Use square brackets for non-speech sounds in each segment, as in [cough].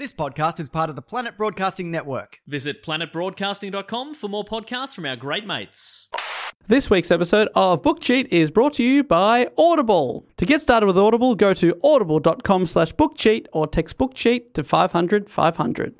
This podcast is part of the Planet Broadcasting Network. Visit planetbroadcasting.com for more podcasts from our great mates. This week's episode of Book Cheat is brought to you by Audible. To get started with Audible, go to audible.com slash book cheat or text book cheat to 500 500.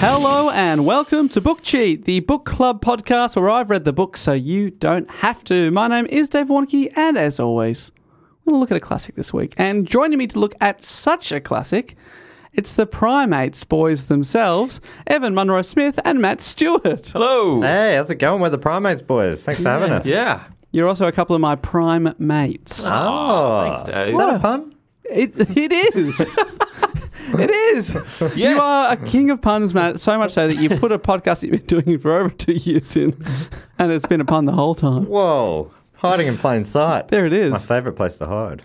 Hello and welcome to Book Cheat, the book club podcast where I've read the book so you don't have to. My name is Dave Warnke, and as always, we're going to look at a classic this week. And joining me to look at such a classic, it's the primates boys themselves, Evan Munro Smith and Matt Stewart. Hello. Hey, how's it going? We're the Primates boys. Thanks for having us. Yeah. You're also a couple of my prime mates. Oh, Thanks, Dave. Is that a pun? It, it [laughs] is. It is. You are a king of puns, Matt. So much so that you put a podcast that you've been doing for over two years in, and it's been a pun the whole time. Whoa. Hiding in plain sight. There it is. My favourite place to hide.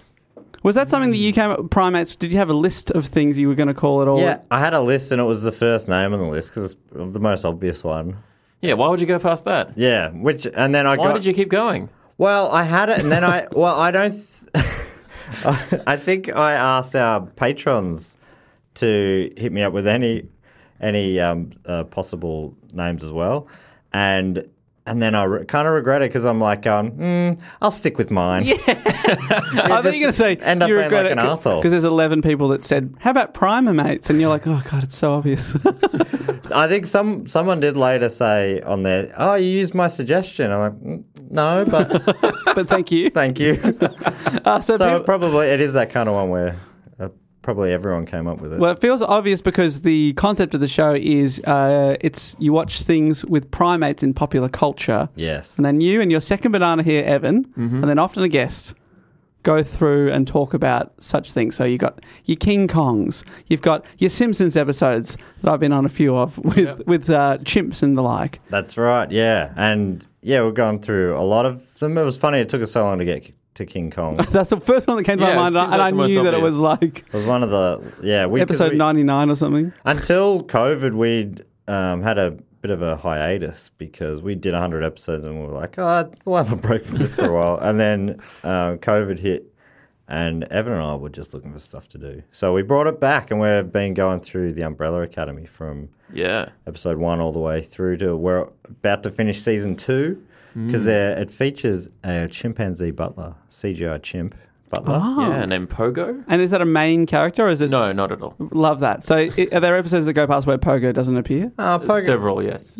Was that something that you came up primates? Did you have a list of things you were going to call it all? Yeah, I had a list and it was the first name on the list because it's the most obvious one. Yeah, why would you go past that? Yeah, which, and then I Why got. did you keep going? Well, I had it and then I, [laughs] well, I don't. Th- I- I think I asked our patrons to hit me up with any any um, uh, possible names as well, and and then I re- kind of regret it because I'm like, going, mm, I'll stick with mine. [laughs] Yeah, I thought you were going to say end up you being regret like an asshole. because there's eleven people that said, "How about primates?" And you're like, "Oh God, it's so obvious." [laughs] I think some someone did later say on there, "Oh, you used my suggestion." I'm like, "Mm, "No, [laughs] but but thank you. thank you." Uh, so so people- it probably it is that kind of one where uh, probably everyone came up with it. Well, it feels obvious because the concept of the show is uh, it's you watch things with primates in popular culture, yes. and then you and your second banana here, Evan, Mm-hmm. and then often a guest go through and talk about such things. So you got your King Kongs, you've got your Simpsons episodes that I've been on a few of [laughs] with with uh, chimps and the like. That's right. Yeah, and yeah, we've gone through a lot of them. It was funny. It took us so long to get to King Kong. it That's the first one that came to Yeah, it my mind, and seems like I the knew most that it obvious. was like was one of the yeah we, 'cause episode we- ninety nine or something. Until COVID, we'd um, had a bit of a hiatus because we did 100 episodes and we were like, oh, we'll have a break from this for a while. And then uh, COVID hit, and Evan and I were just looking for stuff to do. So we brought it back, and we've been going through the Umbrella Academy from Yeah. episode one all the way through to we're about to finish season two Mm. because it features a chimpanzee butler, CGI chimp butler. Yeah, named Pogo? And is that a main character? Or is it No, not at all. Love that. So, i are there episodes that go past where Pogo doesn't [laughs] appear? Oh, Pogo- Several, [laughs] yes.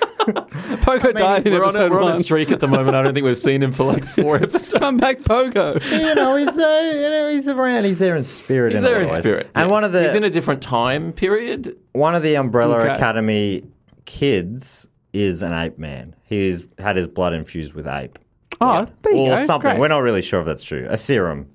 Pogo died in We're, on episode a, we're one. on a streak at the moment. I don't think we've seen him for like [laughs] four episodes. [laughs] Come back, Pogo. you know, he's uh, you know, he's around. He's there in spirit. He's in a there in lot of ways. spirit. And yeah. one of the He's in a different time period. one of the Umbrella Okay. Academy kids is an ape man. He's had his blood infused with ape Oh, there you or go. something. Great. We're not really sure if that's true. A serum.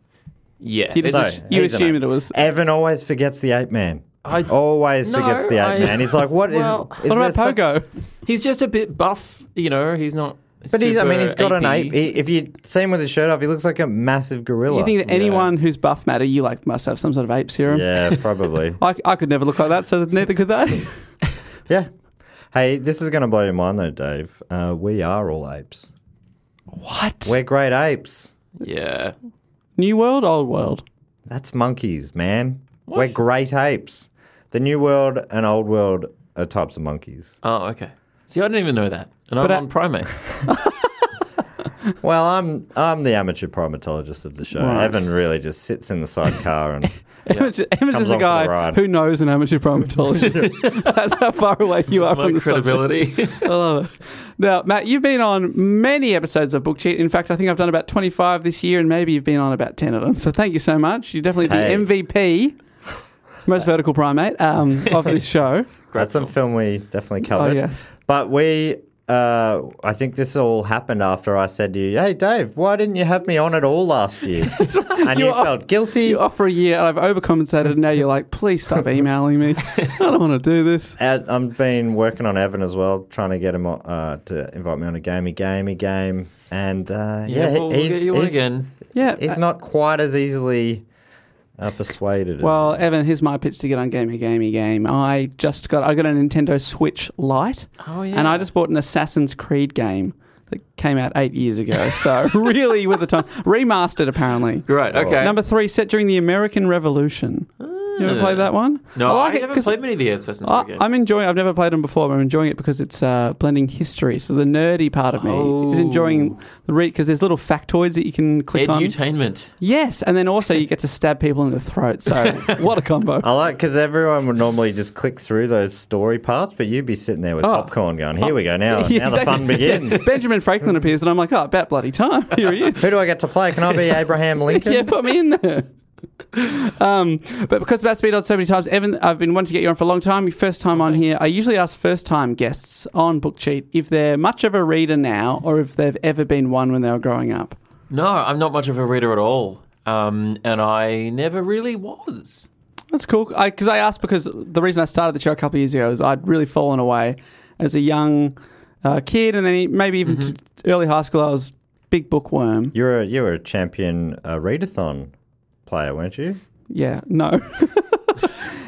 Yeah. You, just- So, you he's an assumed ape. it was. Evan always forgets the ape man. I- always No, forgets the ape I- man. He's like, what is? Well, is What about there some- Pogo? he's just a bit buff, you know, he's not. but he's, I mean, super he's got an apey. ape. He, if you see him with his shirt off, he looks like a massive gorilla. You think that anyone who's buff matter, you like must have some sort of ape [laughs] serum? yeah, probably. I, I could never look like that, so neither could [laughs] they. yeah. Hey, this is going to blow your mind, though, Dave. Uh, we are all apes. what? We're great apes. Yeah. New world, old world. That's monkeys, man. We're great apes. The new world and old world are types of monkeys. Uh. Oh, okay. See, I didn't even know that. And But I'm I- on primates. [laughs] Well, I'm I'm the amateur primatologist of the show. Right. Evan really just sits in the sidecar and Evan's Evan's just Comes a on for the guy ride. who knows an amateur [laughs] primatologist. [laughs] That's how far away you are My from the subject. credibility. I love it. Now, Matt, you've been on many episodes of Book Cheat. In fact, I think I've done about 25 this year, and maybe you've been on about 10 of them. So thank you so much. You're definitely Hey. the MVP most vertical primate um, of [laughs] this show. That's a film we definitely covered. Oh, yes. But we, uh, I think this all happened after I said to you, hey, Dave, why didn't you have me on at all [laughs] last year? and you, You are- felt guilty. You offer a year, and I've overcompensated, and now you're like, please stop [laughs] emailing me. I don't want to do this. And I've been working on Evan as well, trying to get him on, uh, to invite me on a gamey, gamey game. And uh, yeah, Yeah, well, we'll he's, get you on he's- again. Yeah. he's not quite as easily uh, persuaded. as Well, Evan, here's my pitch to get on Gamey Gamey Game. I just got I got a Nintendo Switch Lite. Oh, And I yeah. just bought an Assassin's Creed game that came out eight years ago. So [laughs] really with the time. Remastered apparently. Great. Okay. Number three, set during the American Revolution. You ever played that one? Uh, no, I, it haven't 'cause played many of the Assassin's Creed uh, I, games. I'm enjoying. I've never played them before, but I'm enjoying it because it's uh, blending history. So the nerdy part of me is Oh. enjoying the read because there's little factoids that you can click on. Edutainment. Yes, and then also you get to stab people in the throat. [laughs] So what a combo! I like because everyone would normally just click through those story parts, but you'd be sitting there with popcorn going, "Here we go now! Oh. [laughs] Yeah, now the fun exactly. Yeah. [laughs] begins." Benjamin Franklin appears, and I'm like, oh, about bloody time. [laughs] Here he is. Who do I get to play? Can I [laughs] be Abraham Lincoln? yeah, put me in there. Um, but because Matt's been on so many times, Evan, I've been wanting to get you on for a long time. Your first time on here. I usually ask first time guests on Book Cheat if they're much of a reader now or if they've ever been one when they were growing up. No, I'm not much of a reader at all. Um, and I never really was. That's cool. Because I, 'cause I asked because the reason I started the show a couple of years ago is I'd really fallen away as a young uh, kid, and then maybe even to early high school, I was big bookworm. You were you were a champion uh, readathon player, weren't you? Yeah, no. [laughs]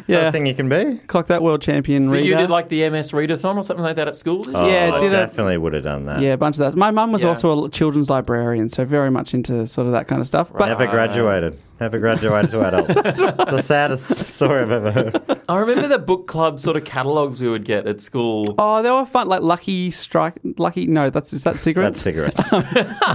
I yeah, think you can be. clock that world champion reader. You did like the MS Readathon or something like that at school? Did you? Yeah, Oh, I did a- definitely would have done that. [laughs] yeah, a bunch of that. My mum was Yeah. also a children's librarian, so very much into sort of that kind of stuff. But Never graduated. Never graduated to [laughs] adults. it's the saddest story I've ever heard. I remember the book club sort of catalogs we would get at school. oh, they were fun. Like Lucky Strike, Lucky. No, that's is that That's cigarettes. cigarettes.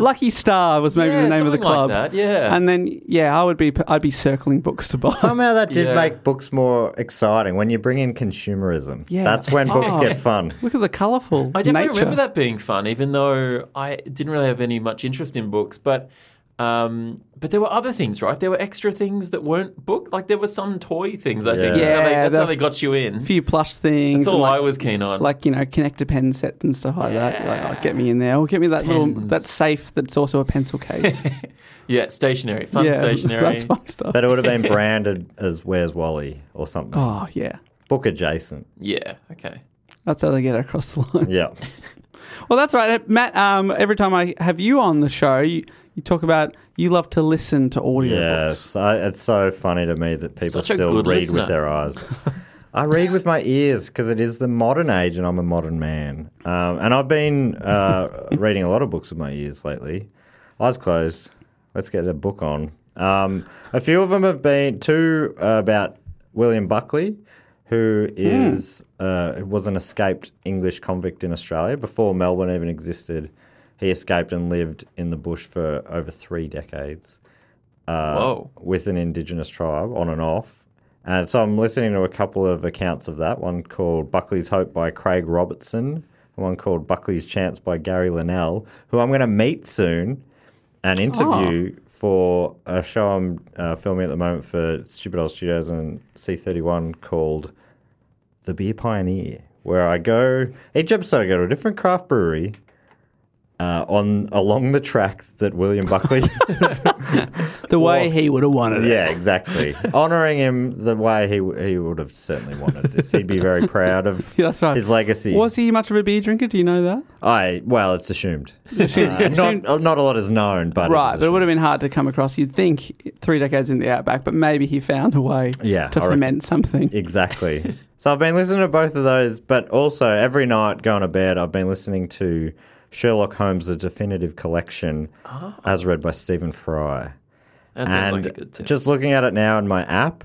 Lucky Star was maybe Yeah, the name of the something like club. that, yeah. and then yeah, I would be I'd be circling books to buy. Somehow that did Yeah. make books more exciting when you bring in consumerism. Yeah. That's when books Oh. get fun. [laughs] Look at the colourful. I definitely nature. remember that being fun, even though I didn't really have any much interest in books. But um, but there were other things, right? There were extra things that weren't book. Like there were some toy things. I think Yeah. that's, how they, Yeah, that's how the- they got you in. A few plush things. That's all and I like, was keen on. like you know connector pen sets and stuff like that. Like, oh, get me in there. Or get me that little Pens. that safe that's also a pencil [laughs] case. yeah, stationery, fun yeah, [laughs] stationery. That's fun stuff. But it would have [laughs] been branded as Where's Wally or something. oh yeah, Book adjacent. Yeah, okay. that's how they get across the line. Yeah. Well, that's right, Matt. Um, every time I have you on the show, you, you talk about you love to listen to audio. yes. I, it's so funny to me that people Such a still good read listener. with their eyes. [laughs] I read with my ears because it is the modern age and I'm a modern man. Um, and I've been uh, reading a lot of books with my ears lately. Eyes closed. Let's get a book on. Um, a few of them have been two uh, about William Buckley, who Hmm. is uh, was an escaped English convict in Australia before Melbourne even existed. He escaped and lived in the bush for over three decades uh, Whoa. with an indigenous tribe on and off. And so I'm listening to a couple of accounts of that one called Buckley's Hope by Craig Robertson, and one called Buckley's Chance by Gary Linnell, who I'm going to meet soon and interview for a show I'm uh, filming at the moment for Stupid Old Studios and C31 called The Beer Pioneer, where I go each episode I go to a different craft brewery uh, on along the track that William Buckley. The way he would have wanted it. yeah, [laughs] exactly. Honoring him the way he w- he would have certainly wanted this. He'd be very proud of [laughs] Yeah, that's right. his legacy. Was he much of a beer drinker? Do you know that? I well, it's assumed. Uh, not, uh, not a lot is known, but it is Right, but it would assumed. have been hard to come across. You'd think three decades in the outback, but maybe he found a way Yeah, to I reckon. ferment something. Exactly. so I've been listening to both of those, but also every night going to bed, I've been listening to Sherlock Holmes: The Definitive Collection, Ah. as read by Stephen Fry. That sounds and like a good tip. just looking at it now in my app,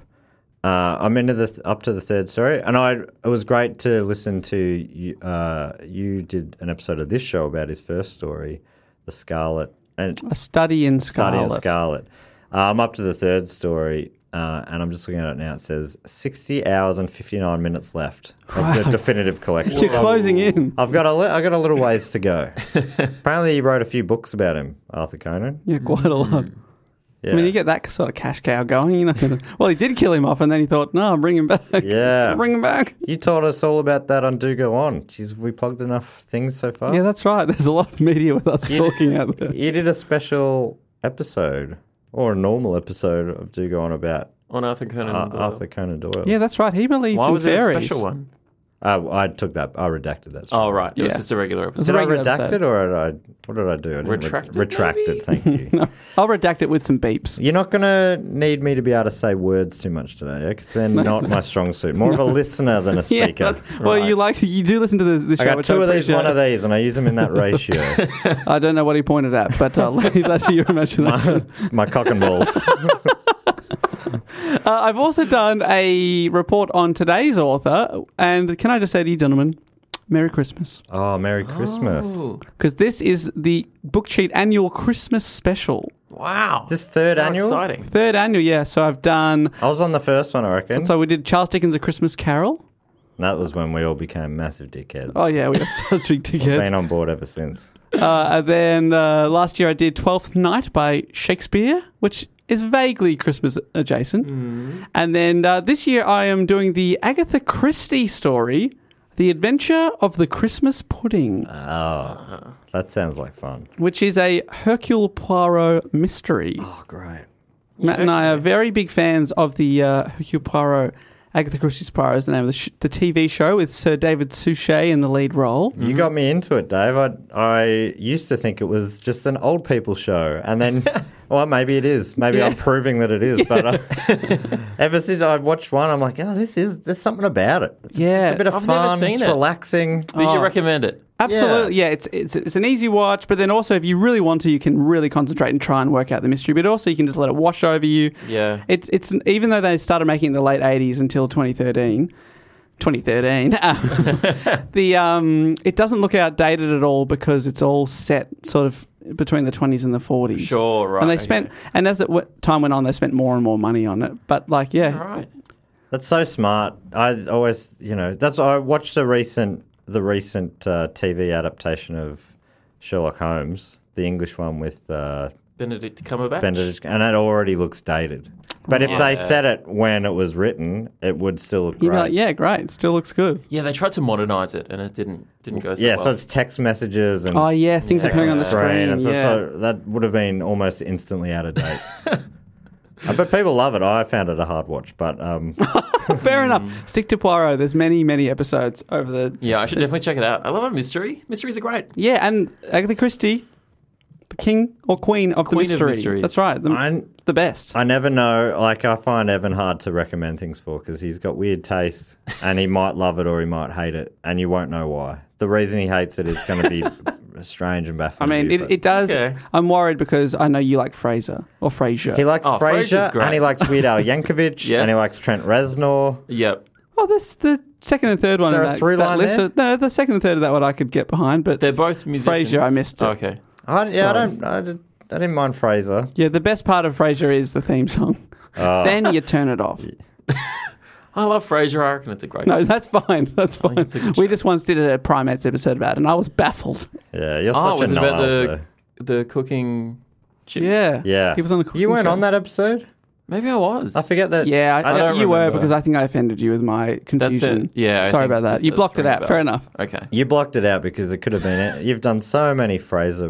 uh, I'm into the th- up to the third story, and I it was great to listen to you. Uh, you did an episode of this show about his first story, The Scarlet, and A study in Study Scarlet. in Scarlet. Uh, I'm up to the third story, uh, and I'm just looking at it now. It says 60 hours and 59 minutes left of the definitive collection. [laughs] You're closing in. I've got a li- I've got a little ways to go. Apparently, he wrote a few books about him, Arthur Conan. Yeah, quite a lot. Mm-hmm. Yeah. I mean, you get that sort of cash cow going. You're not gonna, [laughs] well, he did kill him off, and then he thought, no, I'll bring him back. Yeah. I'll [laughs] bring him back. You told us all about that on Do Go On. Jeez, we plugged enough things so far. Yeah, that's right. There's a lot of media with us talking out there. you did a special episode or a normal episode of Do Go On about on Arthur Conan. Ar- Doyle. uh, Arthur Conan Doyle. Yeah, that's right. He believed Why in was it a fairies. special one? Uh, I took that. I redacted that. Oh right, it was Yeah. just a regular episode. It's a Did I regular redact episode. it or did I, what did I do? I didn't Retracted, retracted, [laughs] thank you. I'll redact it with some beeps. You're not going to need me to be able to say words too much today, because they're not my strong suit. More of a listener than a [laughs] speaker. Yeah, that's- well, you like you do listen to the, the show. I got which two of these, appreciate. one of these, and I use them in [laughs] that ratio. I don't know what he pointed at, but uh, [laughs] I'll leave that to your Uh-huh. imagination. my cock and balls. Uh, I've also done a report on today's author, and can I just say to you, gentlemen, Merry Christmas, Oh, Merry Christmas. Oh. because this is the Book Cheat annual Christmas special, Wow, This third How annual? exciting. third annual. Yeah, so I've done. I was on the first one, I reckon. So we did Charles Dickens' A Christmas Carol. that was when we all became massive dickheads. Oh yeah, we [laughs] are such big Been tickets. on board ever since. Uh, and then uh, last year I did Twelfth Night by Shakespeare, which is vaguely Christmas adjacent. And then uh, this year I am doing the Agatha Christie story, The Adventure of the Christmas Pudding. Oh, that sounds like fun. which is a Hercule Poirot mystery. Ah. Oh, great. Matt and I are very big fans of the uh, Hercule Poirot. Agatha Christie's Poirot is the name of the, sh- the TV show with Sir David Suchet in the lead role. Mm-hmm. You got me into it, Dave. I, I used to think it was just an old people show, and [laughs] then, well, maybe it is. Maybe I'm proving that it is. But I, ever since I watched one, I'm like, oh, this is there's something about it. It's, Yeah. it's a bit of I've never fun. seen it's it. relaxing. Did you recommend it? Absolutely, yeah. it's, it's it's an easy watch, but then also if you really want to, you can really concentrate and try and work out the mystery. But also you can just let it wash over you. [laughs] Yeah. it's it's even though they started making it in the late '80s until 2013. 2013. [laughs] [laughs] um, the um, it doesn't look outdated at all because it's all set sort of between the 20s and the 40s. Sure, right, And they okay. spent, and as the w- time went on, they spent more and more money on it. But like, yeah, Right. That's so smart. I always, you know, that's I watched the recent the recent uh, TV adaptation of Sherlock Holmes, the English one with uh, Benedict Cumberbatch. Benedict, and it already looks dated. But if they said it when it was written, it would still look you'd great. be like, yeah, great, it still looks good. Yeah, they tried to modernize it and it didn't didn't go so Yeah, well. so it's text messages and Oh yeah, things text appearing on the screen. and so, yeah. so that would have been almost instantly out of [laughs] date. Uh, but people love it. I found it a hard watch, but um, Fair Hmm. enough. Stick to Poirot. There's many, many episodes over the. Yeah, yeah, I should definitely check it out. I love a mystery. Mysteries are great. and Agatha Christie, the king or queen of Queen of the mystery. mysteries. That's right. The, I the best. I never know. Like I find Evan hard to recommend things for because he's got weird tastes, and he might love it or he might hate it, and you won't know why. The reason he hates it is going to be strange and I baffling. to mean, you, it, but- it does. Okay. I'm worried because I know you like Fraser or Frasier. He likes Oh, Frasier's Frasier, great. and he likes Weird Al Yankovic, Yes. and he likes Trent Reznor. Yep. oh, that's the second and third one. There in are that, three that line list there? Of, no, the second and third of that one I could get behind, but They're both musicians. Oh, Frasier, I missed it. Okay. I, yeah, I don't. I, did, I didn't mind Fraser. Yeah, the best part of Frasier is the theme song. [laughs] Ah. then you turn it off. I love Frasier. I reckon it's a great. No, that's fine. That's fine. it's a good We show. just once did a Primates episode about it, and I was baffled. Yeah, you're oh, such was a it about nihil, the sir. the cooking? Chip? Yeah. Yeah, He was on a cooking You weren't show. on that episode. Maybe I was. I forget that. Yeah, I, I don't you were remember. because I think I offended you with my That's confusion. it. Yeah. I Sorry think about that. this You does blocked it ring a out. bell. Fair enough. [laughs] Okay. You blocked it out because it could have been it. You've done so many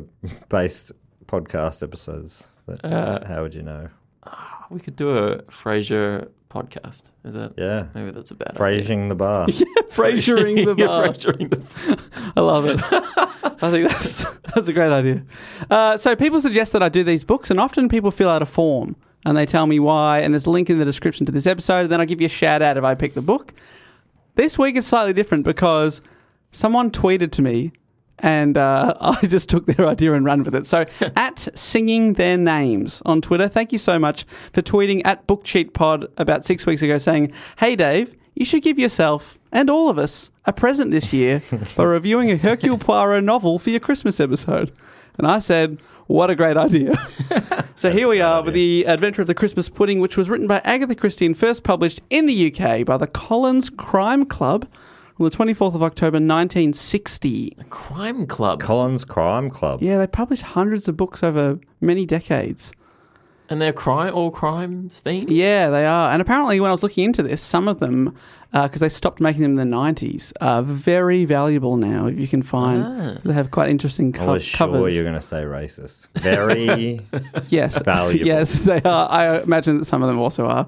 Fraser-based podcast episodes. That, Uh, how would you know? We could do a Frasier podcast. Is that? Yeah, Maybe that's a bad idea. phrasing [laughs] the bar. Frasiering [laughs] the [laughs] Yeah, bar. Frasiering the- I love [laughs] it. I think that's that's a great idea. Uh, so people suggest that I do these books, and often people fill out a form and they tell me why. And there's a link in the description to this episode. And then I give you a shout out if I pick the book. This week is slightly different because someone tweeted to me, and uh, [laughs] I just took their idea and ran with it. So at singing their names on Twitter, thank you so much for tweeting at Book Cheat Pod about six weeks ago, saying, "Hey Dave." You should give yourself and all of us a present this year by reviewing a Hercule Poirot novel for your Christmas episode. And I said, What a great idea. so here we are with The Adventure of the Christmas Pudding, which was written by Agatha Christie and first published in the UK by the Collins Crime Club on the 24th of October 1960. Crime Club. Collins Crime Club. Yeah, they published hundreds of books over many decades. And they're crime, all crime themed. Yeah, they are. And apparently, when I was looking into this, some of them, because they stopped making them in the 90s, are very valuable now. If you can find, they have quite interesting Ah. I co- was sure covers. you were going to say racist. [laughs] Very. [laughs] yes, valuable. yes, they are. I imagine that some of them also are.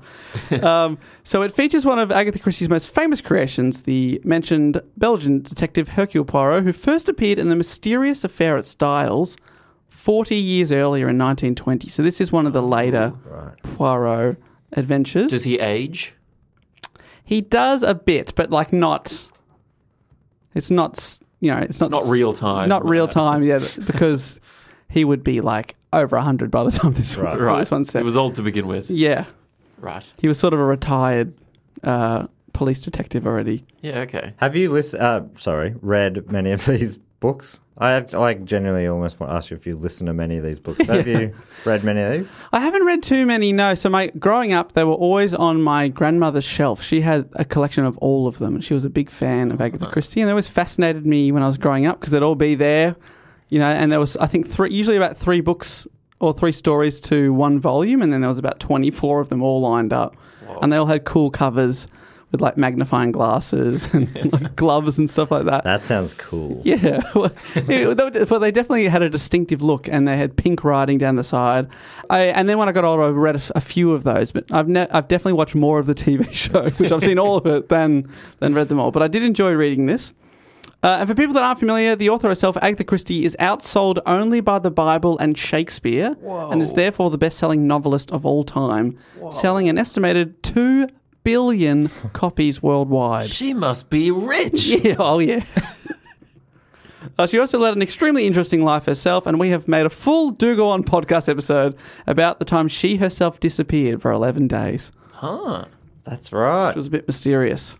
um, so it features one of Agatha Christie's most famous creations, the mentioned Belgian detective Hercule Poirot, who first appeared in the mysterious affair at Styles. 40 years earlier in 1920. So, this is one of the later Poirot adventures. Oh, Does he age? He does a bit, but like not. It's not. s- You know, it's not. not s- real time. Not real time. Yeah, [laughs] because he would be like over hundred by the time [laughs] this one. Right. This one's set. It was old to begin with. yeah, Right. he was sort of a retired uh, police detective already. Yeah, okay. Have you list, uh, sorry, read many of these books? I, I genuinely almost want to ask you if you listen to many of [laughs] these books. Have you read many of these? I haven't read too many. No, so my growing up, they were always on my grandmother's shelf. She had a collection of all of them, and she was a big fan of Agatha Christie, and they always fascinated me when I was growing up because they'd all be there, you know. And there was, I think, three, usually about three books or three stories to one volume, and then there was about twenty-four of them all lined up, and they all had cool covers with like magnifying glasses [laughs] and like, gloves and stuff like that. That sounds cool. Yeah, [laughs] well, it- though- well, they definitely had a distinctive look, and they had pink writing down the side. I, and then when I got older, I read a, f- a few of those, but I've ne- I've definitely watched more of the TV [laughs] show, which I've seen all of it than than read them all. But I did enjoy reading this. Uh, and for people that aren't familiar, the author herself, Agatha Christie, is outsold only by the Bible and Shakespeare, and is therefore the best-selling novelist of all time, selling an estimated two billion copies worldwide. She must be rich. [laughs] Yeah, oh yeah. Uh, she also led an extremely interesting life herself, and we have made a full Do Go On podcast episode about the time she herself disappeared for 11 days. Huh. That's right. It was a bit mysterious.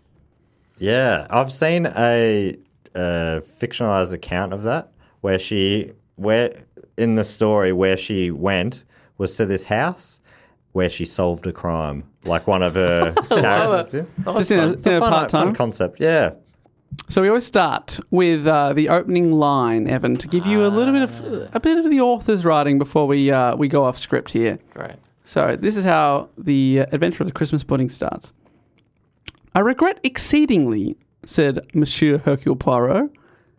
Yeah, I've seen a, uh fictionalized account of that where she, where in the story where she went was to this house where she solved a crime, like one [laughs] of her characters. did. Just in a, It's a fun, part fun time. concept. Yeah, So we always start with uh, the opening line, Evan, to give you a little bit of a bit of the author's writing before we uh, we go off script here. Great. So, this is how the uh, adventure of the Christmas pudding starts. I regret exceedingly, said Monsieur Hercule Poirot.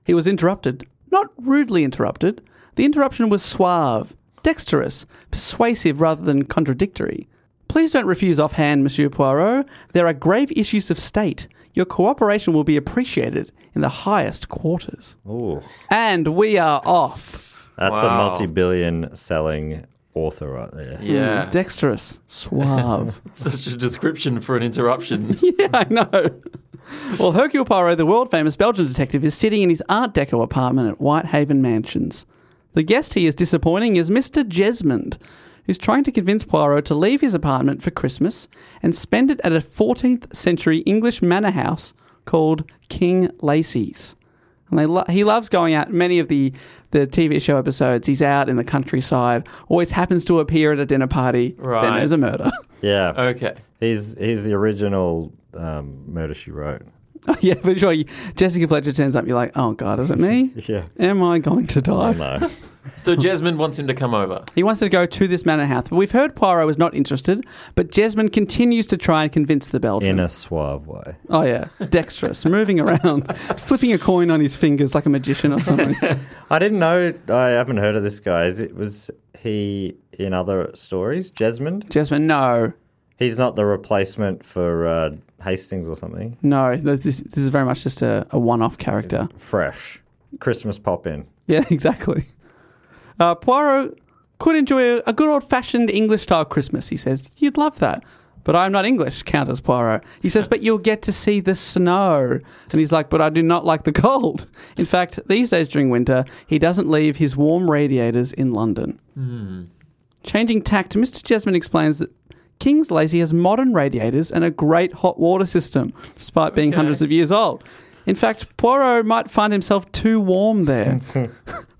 He was interrupted, not rudely interrupted. The interruption was suave, dexterous, persuasive rather than contradictory. Please don't refuse offhand, Monsieur Poirot. There are grave issues of state. Your cooperation will be appreciated in the highest quarters. Ooh, And we are off. that's a Wow. multi-billion selling author right there. Yeah. Dexterous, suave. Such a description for an [laughs] interruption. Yeah, [laughs] I know. Well, Hercule Poirot, the world famous Belgian detective, is sitting in his Art Deco apartment at Whitehaven Mansions. The guest he is disappointing is Mr. Jesmond, who's trying to convince Poirot to leave his apartment for Christmas and spend it at a 14th century English manor house called King Lacey's. And they lo- he loves going out. Many of the, the TV show episodes, he's out in the countryside, always happens to appear at a dinner party. Then Right. there's a murder. [laughs] Yeah, Okay. he's he's the original um, murder she wrote. [laughs] [laughs] yeah, for sure. You- Jessica Fletcher turns up. You're like, oh god, is it me? [laughs] Yeah. Am I going to die? No, So Jasmine wants him to come over. He wants to go to this manor house, but we've heard Poirot is not interested. But Jesmond continues to try and convince the Belgian. in a suave way. oh yeah, dexterous, moving around, flipping a coin on his fingers like a magician or something. I didn't know. I haven't heard of this guy. Is it was he in other stories? Jesmond. Jesmond, no, He's not the replacement for uh, Hastings or something. no, this, this is very much just a, a one-off character. Fresh Christmas pop in. Yeah, [laughs] exactly. Uh, Poirot could enjoy a, a good old fashioned English style Christmas, he says. You'd love that. But I'm not English, counters Poirot. He says, but you'll get to see the snow. And he's like, but I do not like the cold. In fact, these days during winter, he doesn't leave his warm radiators in London. Changing tact, Mr. Jesmond explains that King's Lazy has modern radiators and a great hot water system, despite being hundreds of years old. In fact, Poirot might find himself too warm there.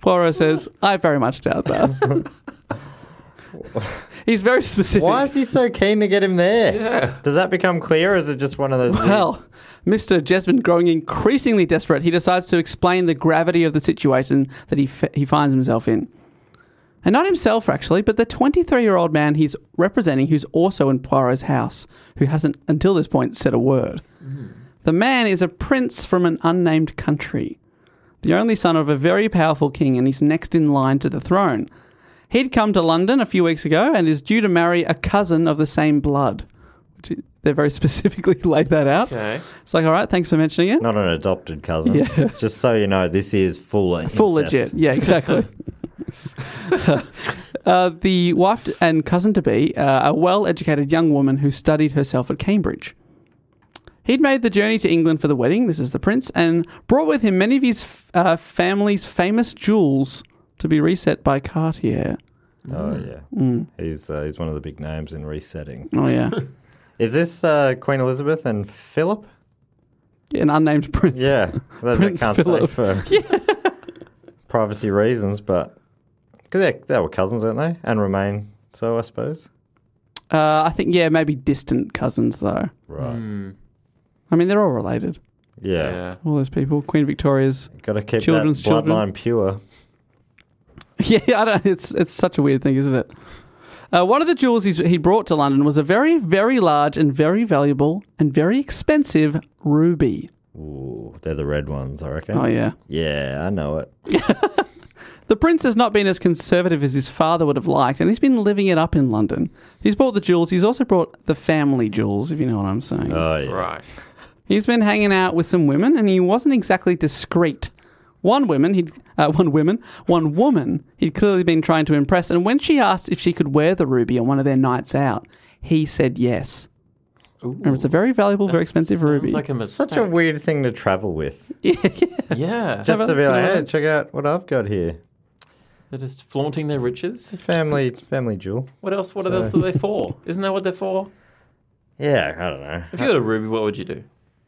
Poirot says, I very much doubt that. He's very specific. Why is he so keen to get [laughs] him there? Yeah. Does that become clear, or is it just one of those? Well, Mr. Jesmond, growing increasingly desperate, he decides to explain the gravity of the situation that he, f- he finds himself in. And not himself, actually, but the 23 year old man he's representing who's also in Poirot's house, who hasn't, until this point, said a word. The man is a prince from an unnamed country, the only son of a very powerful king, and he's next in line to the throne. He'd come to London a few weeks ago and is due to marry a cousin of the same blood. Which is- They very [laughs] specifically laid that out. Okay. It's like, all right, thanks for mentioning it. [laughs] Not an adopted cousin. Yeah. Just so you know, this is full of Full incest. legit. Yeah, exactly. [laughs] uh, the wife and cousin to be, uh, a well educated young woman who studied herself at Cambridge. He'd made the journey to England for the wedding, this is the prince, and brought with him many of his f- uh, family's famous jewels to be reset by Cartier. Oh Mm. yeah, he's uh, he's one of the big names in resetting. Oh, yeah. Is this uh, Queen Elizabeth and Philip? An unnamed prince. [laughs] Yeah, that, that Prince can't Philip. [laughs] say for privacy reasons, but because they, they were cousins, weren't they? And remain so, I suppose. Uh, I think, yeah, maybe distant cousins, though. Right. Hmm. I mean, they're all related. Yeah. Yeah. All those people. Queen Victoria's. Got to keep Children's that bloodline children. pure. [laughs] Yeah, I don't, it's it's such a weird thing, isn't it? Uh, one of the jewels he's, he brought to London was a very, very large and very valuable and very expensive ruby. Ooh, they're the red ones, I reckon. Oh yeah. Yeah, I know it. The prince has not been as conservative as his father would have liked, and he's been living it up in London. He's bought the jewels. He's also brought the family jewels, if you know what I'm saying. Oh yeah. Right. He's been hanging out with some women, and he wasn't exactly discreet. One woman, he'd uh, [laughs] one woman, one woman, he'd clearly been trying to impress. And when she asked if she could wear the ruby on one of their nights out, he said yes. Remember, it's a very valuable, very expensive Sounds ruby. like a mistake. Such a weird thing to travel with. yeah. Just Have to a- be like, have a- hey, check out what I've got here. They're just flaunting their riches. Family, family jewel. What else? What else are they for? Isn't that what they're for? Yeah, I don't know. If you had a ruby, what would you do?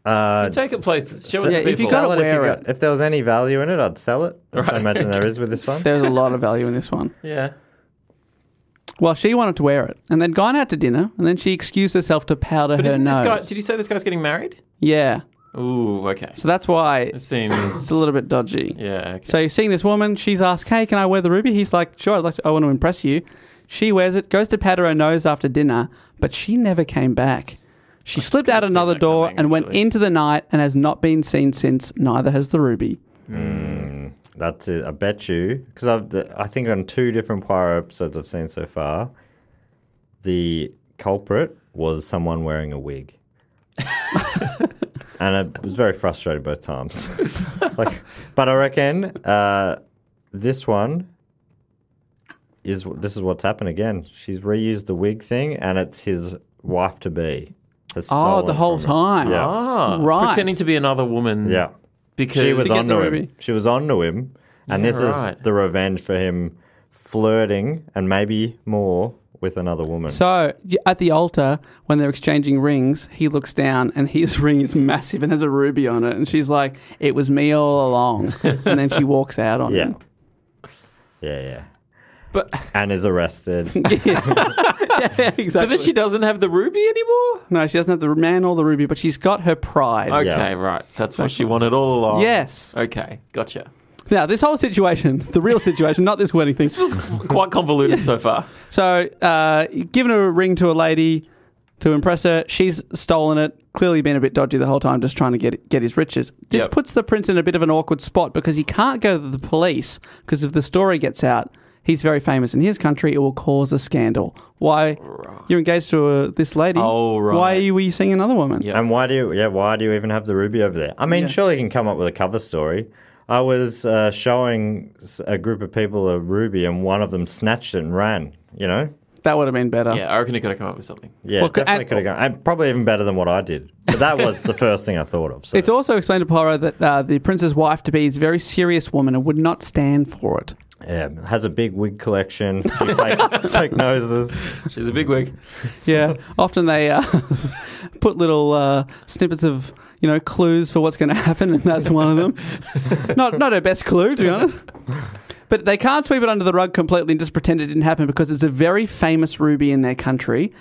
Uh, Take it places. Show it Yeah, to people. if you sell gotta it if wear got- If there was any value in it, I'd sell it. Which I imagine there is with this [laughs] [laughs] one. There's a lot of value in this one. yeah. Well, she wanted to wear it, and they'd gone out to dinner, and then she excused herself to powder But her isn't this nose. guy? Did you say this guy's getting married? yeah, Ooh. Okay. so that's why It it's seems. a little bit dodgy. yeah. Okay. So you're seeing this woman, she's asked, Hey, can I wear the ruby? He's like, Sure, I'd like to, I want to impress you. She wears it, goes to pat her nose after dinner, but she never came back. She slipped out seen another that door coming, and went actually. into the night and has not been seen since, neither has the ruby. That's it. I bet you because I've the, I think on two different Poirot episodes I've seen so far, the culprit was someone wearing a wig, [laughs] and I was very frustrated both times. [laughs] like, but I reckon uh, this one is this is what's happened again. She's reused the wig thing, and it's his wife to be. Oh, the whole time. Yeah. ah. Right. Pretending to be another woman. Yeah. Because she was To get on onto the him. ruby. She was onto him, and Yeah, this right. is the revenge for him flirting and maybe more with another woman. So y- at the altar, when they're exchanging rings, he looks down and his [laughs] ring is massive and has a ruby on it. And she's like, It was me all along. [laughs] and then she walks out on yeah, him. [laughs] yeah, yeah, But and [laughs] is arrested. yeah, but exactly. then she doesn't have the ruby anymore. no, she doesn't have the man or the ruby, but she's got her pride. Okay. Yeah. Right. That's what she wanted all along. Yes. Okay. Gotcha. Now, this whole situation, the real situation, not this wedding thing. This was quite convoluted so far. So, uh, giving a ring to a lady to impress her, she's stolen it. Clearly, been a bit dodgy the whole time, just trying to get get his riches. This Yep. puts the prince in a bit of an awkward spot because he can't go to the police because if the story gets out, he's very famous in his country. It will cause a scandal. Why you're engaged to uh this lady? Oh, right. Why are you, were you seeing another woman? Yeah. and why do you? Yeah, why do you even have the ruby over there? I mean, surely you can come up with a cover story. I was uh, showing s- a group of people a ruby, and one of them snatched it and ran. You know, That would have been better. Yeah. I reckon you could have come up with something. yeah, Well, c- definitely and- could have gone, and probably even better than what I did. But that was the first thing I thought of. [laughs] So. It's also explained to Poirot that uh, the prince's wife to be is a very serious woman and would not stand for it. Yeah, Um, has a big wig collection, [laughs] She fake, fake noses. She's a big wig. Yeah, [laughs] often they uh, put little uh, snippets of you know clues for what's going to [laughs] happen, and that's one of them. not not her best clue, to be honest. But they can't sweep it under the rug completely and just pretend it didn't happen because it's a very famous ruby in their country.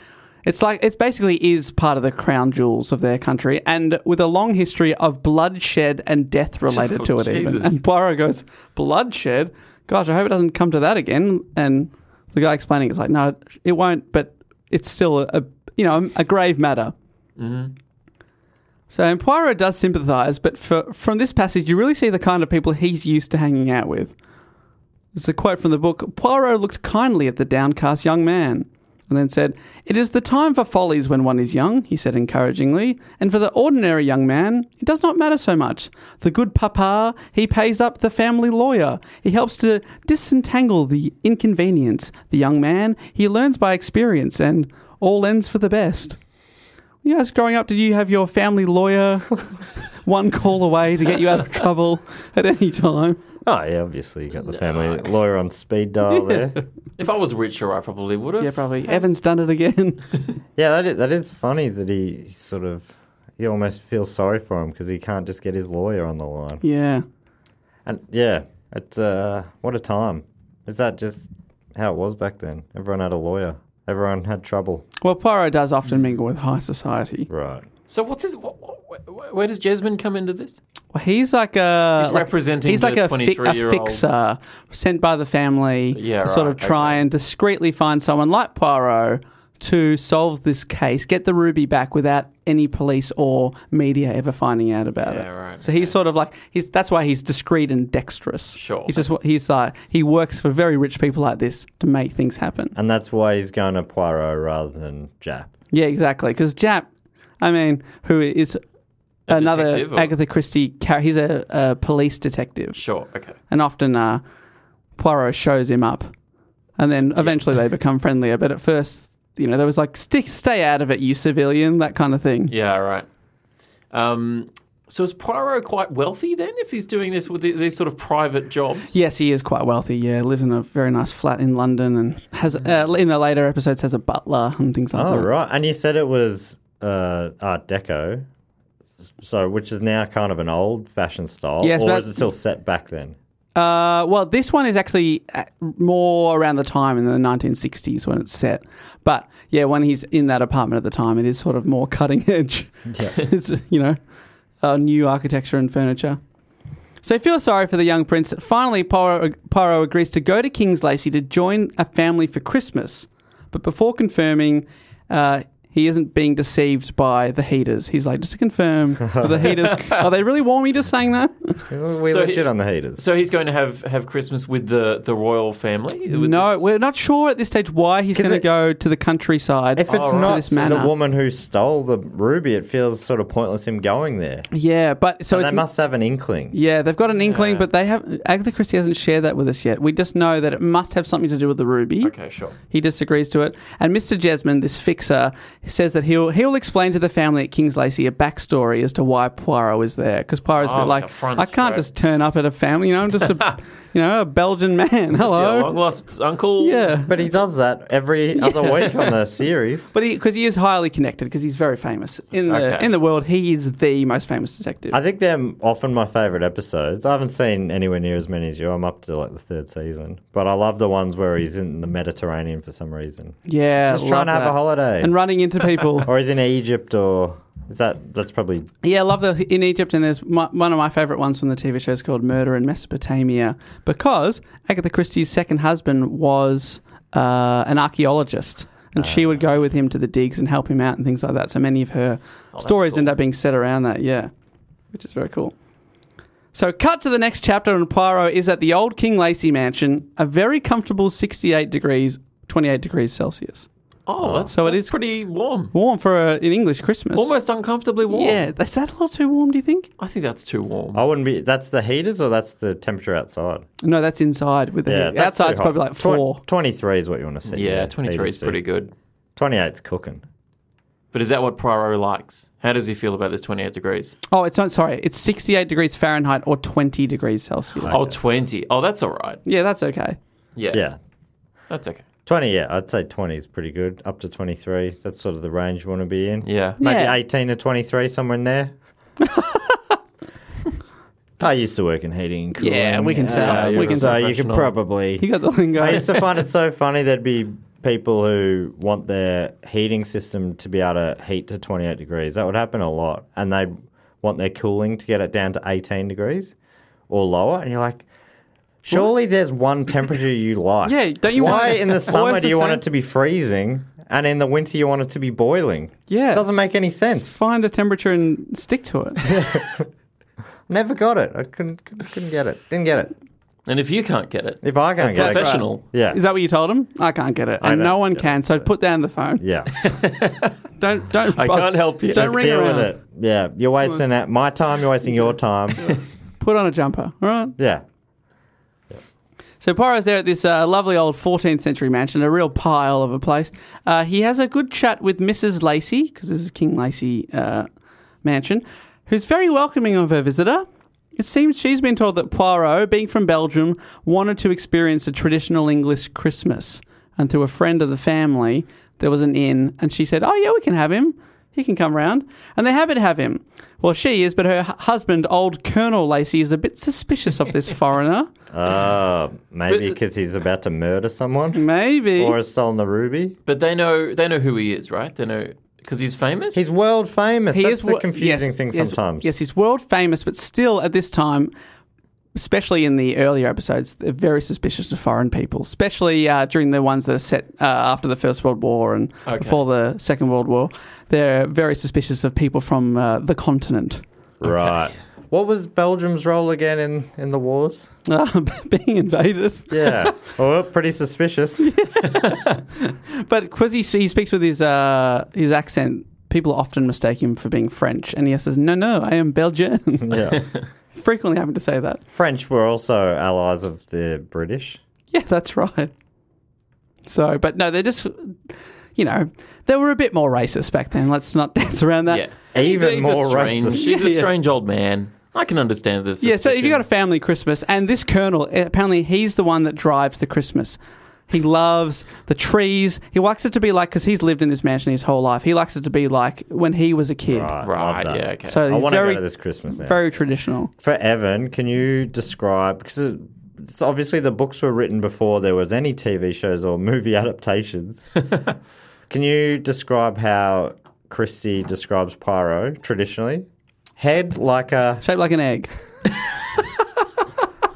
It's like it basically is part of the crown jewels of their country, and with a long history of bloodshed and death related to it. Jesus. Even and Poirot goes bloodshed. gosh, I hope it doesn't come to that again. And the guy explaining it's like, no, it won't, but it's still a, a you know a grave matter. So and Poirot does sympathise, but for, from this passage, you really see the kind of people he's used to hanging out with. It's a quote from the book Poirot looked kindly at the downcast young man and then said, It is the time for follies when one is young, he said encouragingly, and for the ordinary young man, it does not matter so much. The good papa, he pays up the family lawyer. He helps to disentangle the inconvenience. The young man, he learns by experience, and all ends for the best. You guys growing up, did you have your family [laughs] lawyer one call away to get you out of trouble at any time? Oh, yeah, obviously you got the family lawyer on speed dial there. If I was richer, I probably would have. Yeah, probably. Evan's done it again. Yeah, that is, that is funny that he sort of you almost feel sorry for him because he can't just get his lawyer on the line. [laughs] yeah. And yeah, it's uh, what a time. Is that just how it was back then? Everyone had a lawyer. Everyone had trouble. Well, Poirot does often mingle with high society. Right. So what's his? What, what, where does Jasmine come into this? Well, he's like a He's like- representing He's like the a, fi- a 23-year-old. fixer sent by the family Yeah, to sort of right, try okay. and discreetly find someone like Poirot to solve this case, get the ruby back without any police or media ever finding out about Yeah, it. right, So he's sort of like he's that's why he's discreet and dexterous. Sure. He's just what he's like he works for very rich people like this to make things happen. And that's why he's going to Poirot rather than Jap. Yeah, exactly. Because Jap, I mean, who is another detective or- Agatha Christie character? He's a, a police detective, Sure. Okay. and often uh, Poirot shows him up, and then eventually they become friendlier. But at first, you know, there was like stick, stay out of it, you civilian, that kind of thing. Yeah. Right. Um. So is Poirot quite wealthy then? If he's doing this with the- these sort of private jobs? Yes, he is quite wealthy. Yeah, lives in a very nice flat in London, and has uh, in the later episodes has a butler and things like Oh, that. right. And you said it was uh, Art Deco, s- so which is now kind of an old-fashioned style, Yes, or but- is it still set back then? Uh, well, this one is actually uh, more around the time in the 1960s when it's set. But yeah, when he's in that apartment at the time, it is sort of more [laughs] cutting edge. [laughs] it's, you know, uh, new architecture and furniture. So he feels sorry for the young prince. that Finally, Poirot, Poirot agrees to go to King's Lacey to join a family for Christmas. But before confirming, uh, he isn't being deceived by the heaters. He's like, just to confirm, are the heaters, are they really warm? You just saying that? We So legit he- on the heaters. So he's going to have, have Christmas with the, the royal family? With No, this- we're not sure at this stage why he's 'Cause going to it- go to the countryside. if it's for not Oh, this the manor. woman who stole the ruby, it feels sort of pointless him going there. yeah, but so and it's they must have an inkling. yeah, they've got an inkling, but they have Agatha Christie hasn't shared that with us yet. We just know that it must have something to do with the ruby. Okay, sure. He disagrees to it, and Mr. Jesmond, this fixer, says that he'll he'll explain to the family at King's Lacey a backstory as to why Poirot is there, because Poirot's a Oh, bit like like, a front, I can't right? just turn up at a family, you know, I'm just [laughs] a you know a Belgian man. Your Hello, long lost uncle. yeah, But he does that [laughs] every other week on the series. But because he, is highly connected, because he's very famous in the Okay. in the world, he is the most famous detective. I think they're often my favourite episodes. I haven't seen anywhere near as many as you. I'm up to like the third season, but I love the ones where he's in the Mediterranean for some reason, yeah, He's just love trying to have a that. holiday. and running into people. [laughs] or he's in Egypt, or is that that's probably yeah, I love the in Egypt, and there's my, one of my favorite ones from the TV show is called Murder in Mesopotamia because Agatha Christie's second husband was uh, an archaeologist. And she would go with him to the digs and help him out and things like that. So many of her Oh, stories end up being set around that, yeah, which is very cool. So, cut to the next chapter, and Poirot is at the old King Lacey mansion, a very comfortable 68 degrees, 28 degrees Celsius. Oh, that's, So it that's is- pretty warm. Warm for a, an English Christmas. Almost uncomfortably warm. Yeah, Oh, is that a little too warm, do you think? I think that's too warm. I wouldn't be. That's the heaters, or that's the temperature outside. No, that's inside with the heat. that's Outside's too probably hot. like four. Tw- Twenty-three is what you want to see. yeah, 23 is pretty good. Twenty-eight's cooking. But is that what Poirot likes? How does he feel about this 28 degrees? Oh, it's not, sorry, it's 68 degrees Fahrenheit or 20 degrees Celsius. Oh, 20. Oh, that's all right. Yeah, that's okay. Yeah. Yeah, That's okay. twenty. Yeah, I'd say twenty is pretty good. Up to twenty-three, that's sort of the range you want to be in. Yeah. Maybe Yeah. 18 to 23, somewhere in [laughs] there. I used to work in heating and cooling. Yeah, we can tell. Uh, We you're can so tell. you can You probably. got the lingo. [laughs] I [laughs] used to find it so funny there'd be people who want their heating system to be able to heat to 28 degrees. That would happen a lot. And they'd want their cooling to get it down to 18 degrees or lower. And you're like, Surely there's one temperature [laughs] you like. Yeah, don't you Why want- [laughs] in the always summer do the you want same? it to be freezing and in the winter you want it to be boiling? Yeah. It doesn't make any sense. Find a temperature and stick to it. Never got it. I couldn't, couldn't couldn't get it. Didn't get it. And if you can't get it, If I can't get it. professional. Yeah. Is that what you told him? I can't get it, I and know. no one Yeah, can. So put down the phone. yeah. Don't don't. I can't help you. Don't Just ring Deal around. with it. Yeah. You're wasting that my time, you're [laughs] wasting your time. Put on a jumper. All right. yeah. So Poirot's there at this uh, lovely old 14th century mansion, a real pile of a place. Uh, he has a good chat with Mrs. Lacey, because this is King Lacey uh, mansion, who's very welcoming of her visitor. It seems she's been told that Poirot, being from Belgium, wanted to experience a traditional English Christmas. And through a friend of the family, there was an inn, and she said, Oh, yeah, we can have him. He can come round. And they haven't have him. Well, she is, but her hu- husband, old Colonel Lacey, is a bit suspicious of this foreigner. Uh, maybe because he's about to murder someone Maybe. or has stolen the ruby. But they know they know who he is, right? They know because he's famous. He's world famous. That's the wo- confusing yes, thing yes, sometimes. Yes, he's world famous, but still at this time, especially in the earlier episodes, they're very suspicious of foreign people, especially uh, during the ones that are set uh, after the First World War and before the Second World War. They're very suspicious of people from uh, the continent. [laughs] Right. What was Belgium's role again in, in the wars? Uh, being invaded, Yeah. [laughs] oh, [laughs] pretty suspicious. but because he, he speaks with his uh, his accent, people often mistake him for being French, and he says, "No, no, I am Belgian." [laughs] Yeah. Frequently having to say that. French were also allies of the British. Yeah, that's right. So, but no, they're just, you know, they were a bit more racist back then. Let's not [laughs] dance around that. yeah. Even he's a [laughs] more strange, racist. He's a Yeah. strange old man. I can understand this. Yeah, so if you got a family Christmas, and this colonel, eh, apparently he's the one that drives the Christmas. He loves the trees. He likes it to be like, because he's lived in this mansion his whole life. He likes it to be like when he was a kid. Right. right, love that. yeah, okay. So I he's want to very- go to this Christmas now. Very traditional. For Evan, can you describe? Because it's obviously the books were written before there was any TV shows or [laughs] movie [laughs] adaptations. can you describe how Christie describes Pyro traditionally? Head like a Shaped like an egg.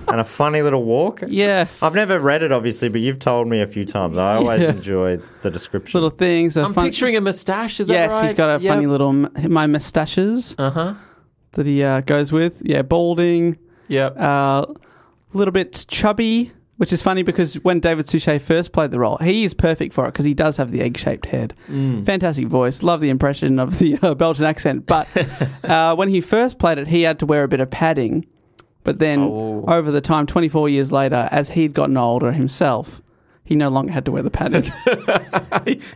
and a funny [laughs] little walk. Yeah. I've never read it, obviously, but you've told me a few times. I always enjoy the description. Little things. a I'm fun- picturing a mustache. Is Yes, that right? he's got a funny little m- my mustaches Uh huh. that he uh, goes with. Yeah, balding. Yep. a little bit chubby, which is funny because when David Suchet first played the role, he is perfect for it because he does have the egg shaped head. Fantastic voice. Love the impression of the uh, Belgian accent. But uh, when he first played it, he had to wear a bit of padding. But then over the time, 24 years later, as he'd gotten older himself, he no longer had to wear the padding.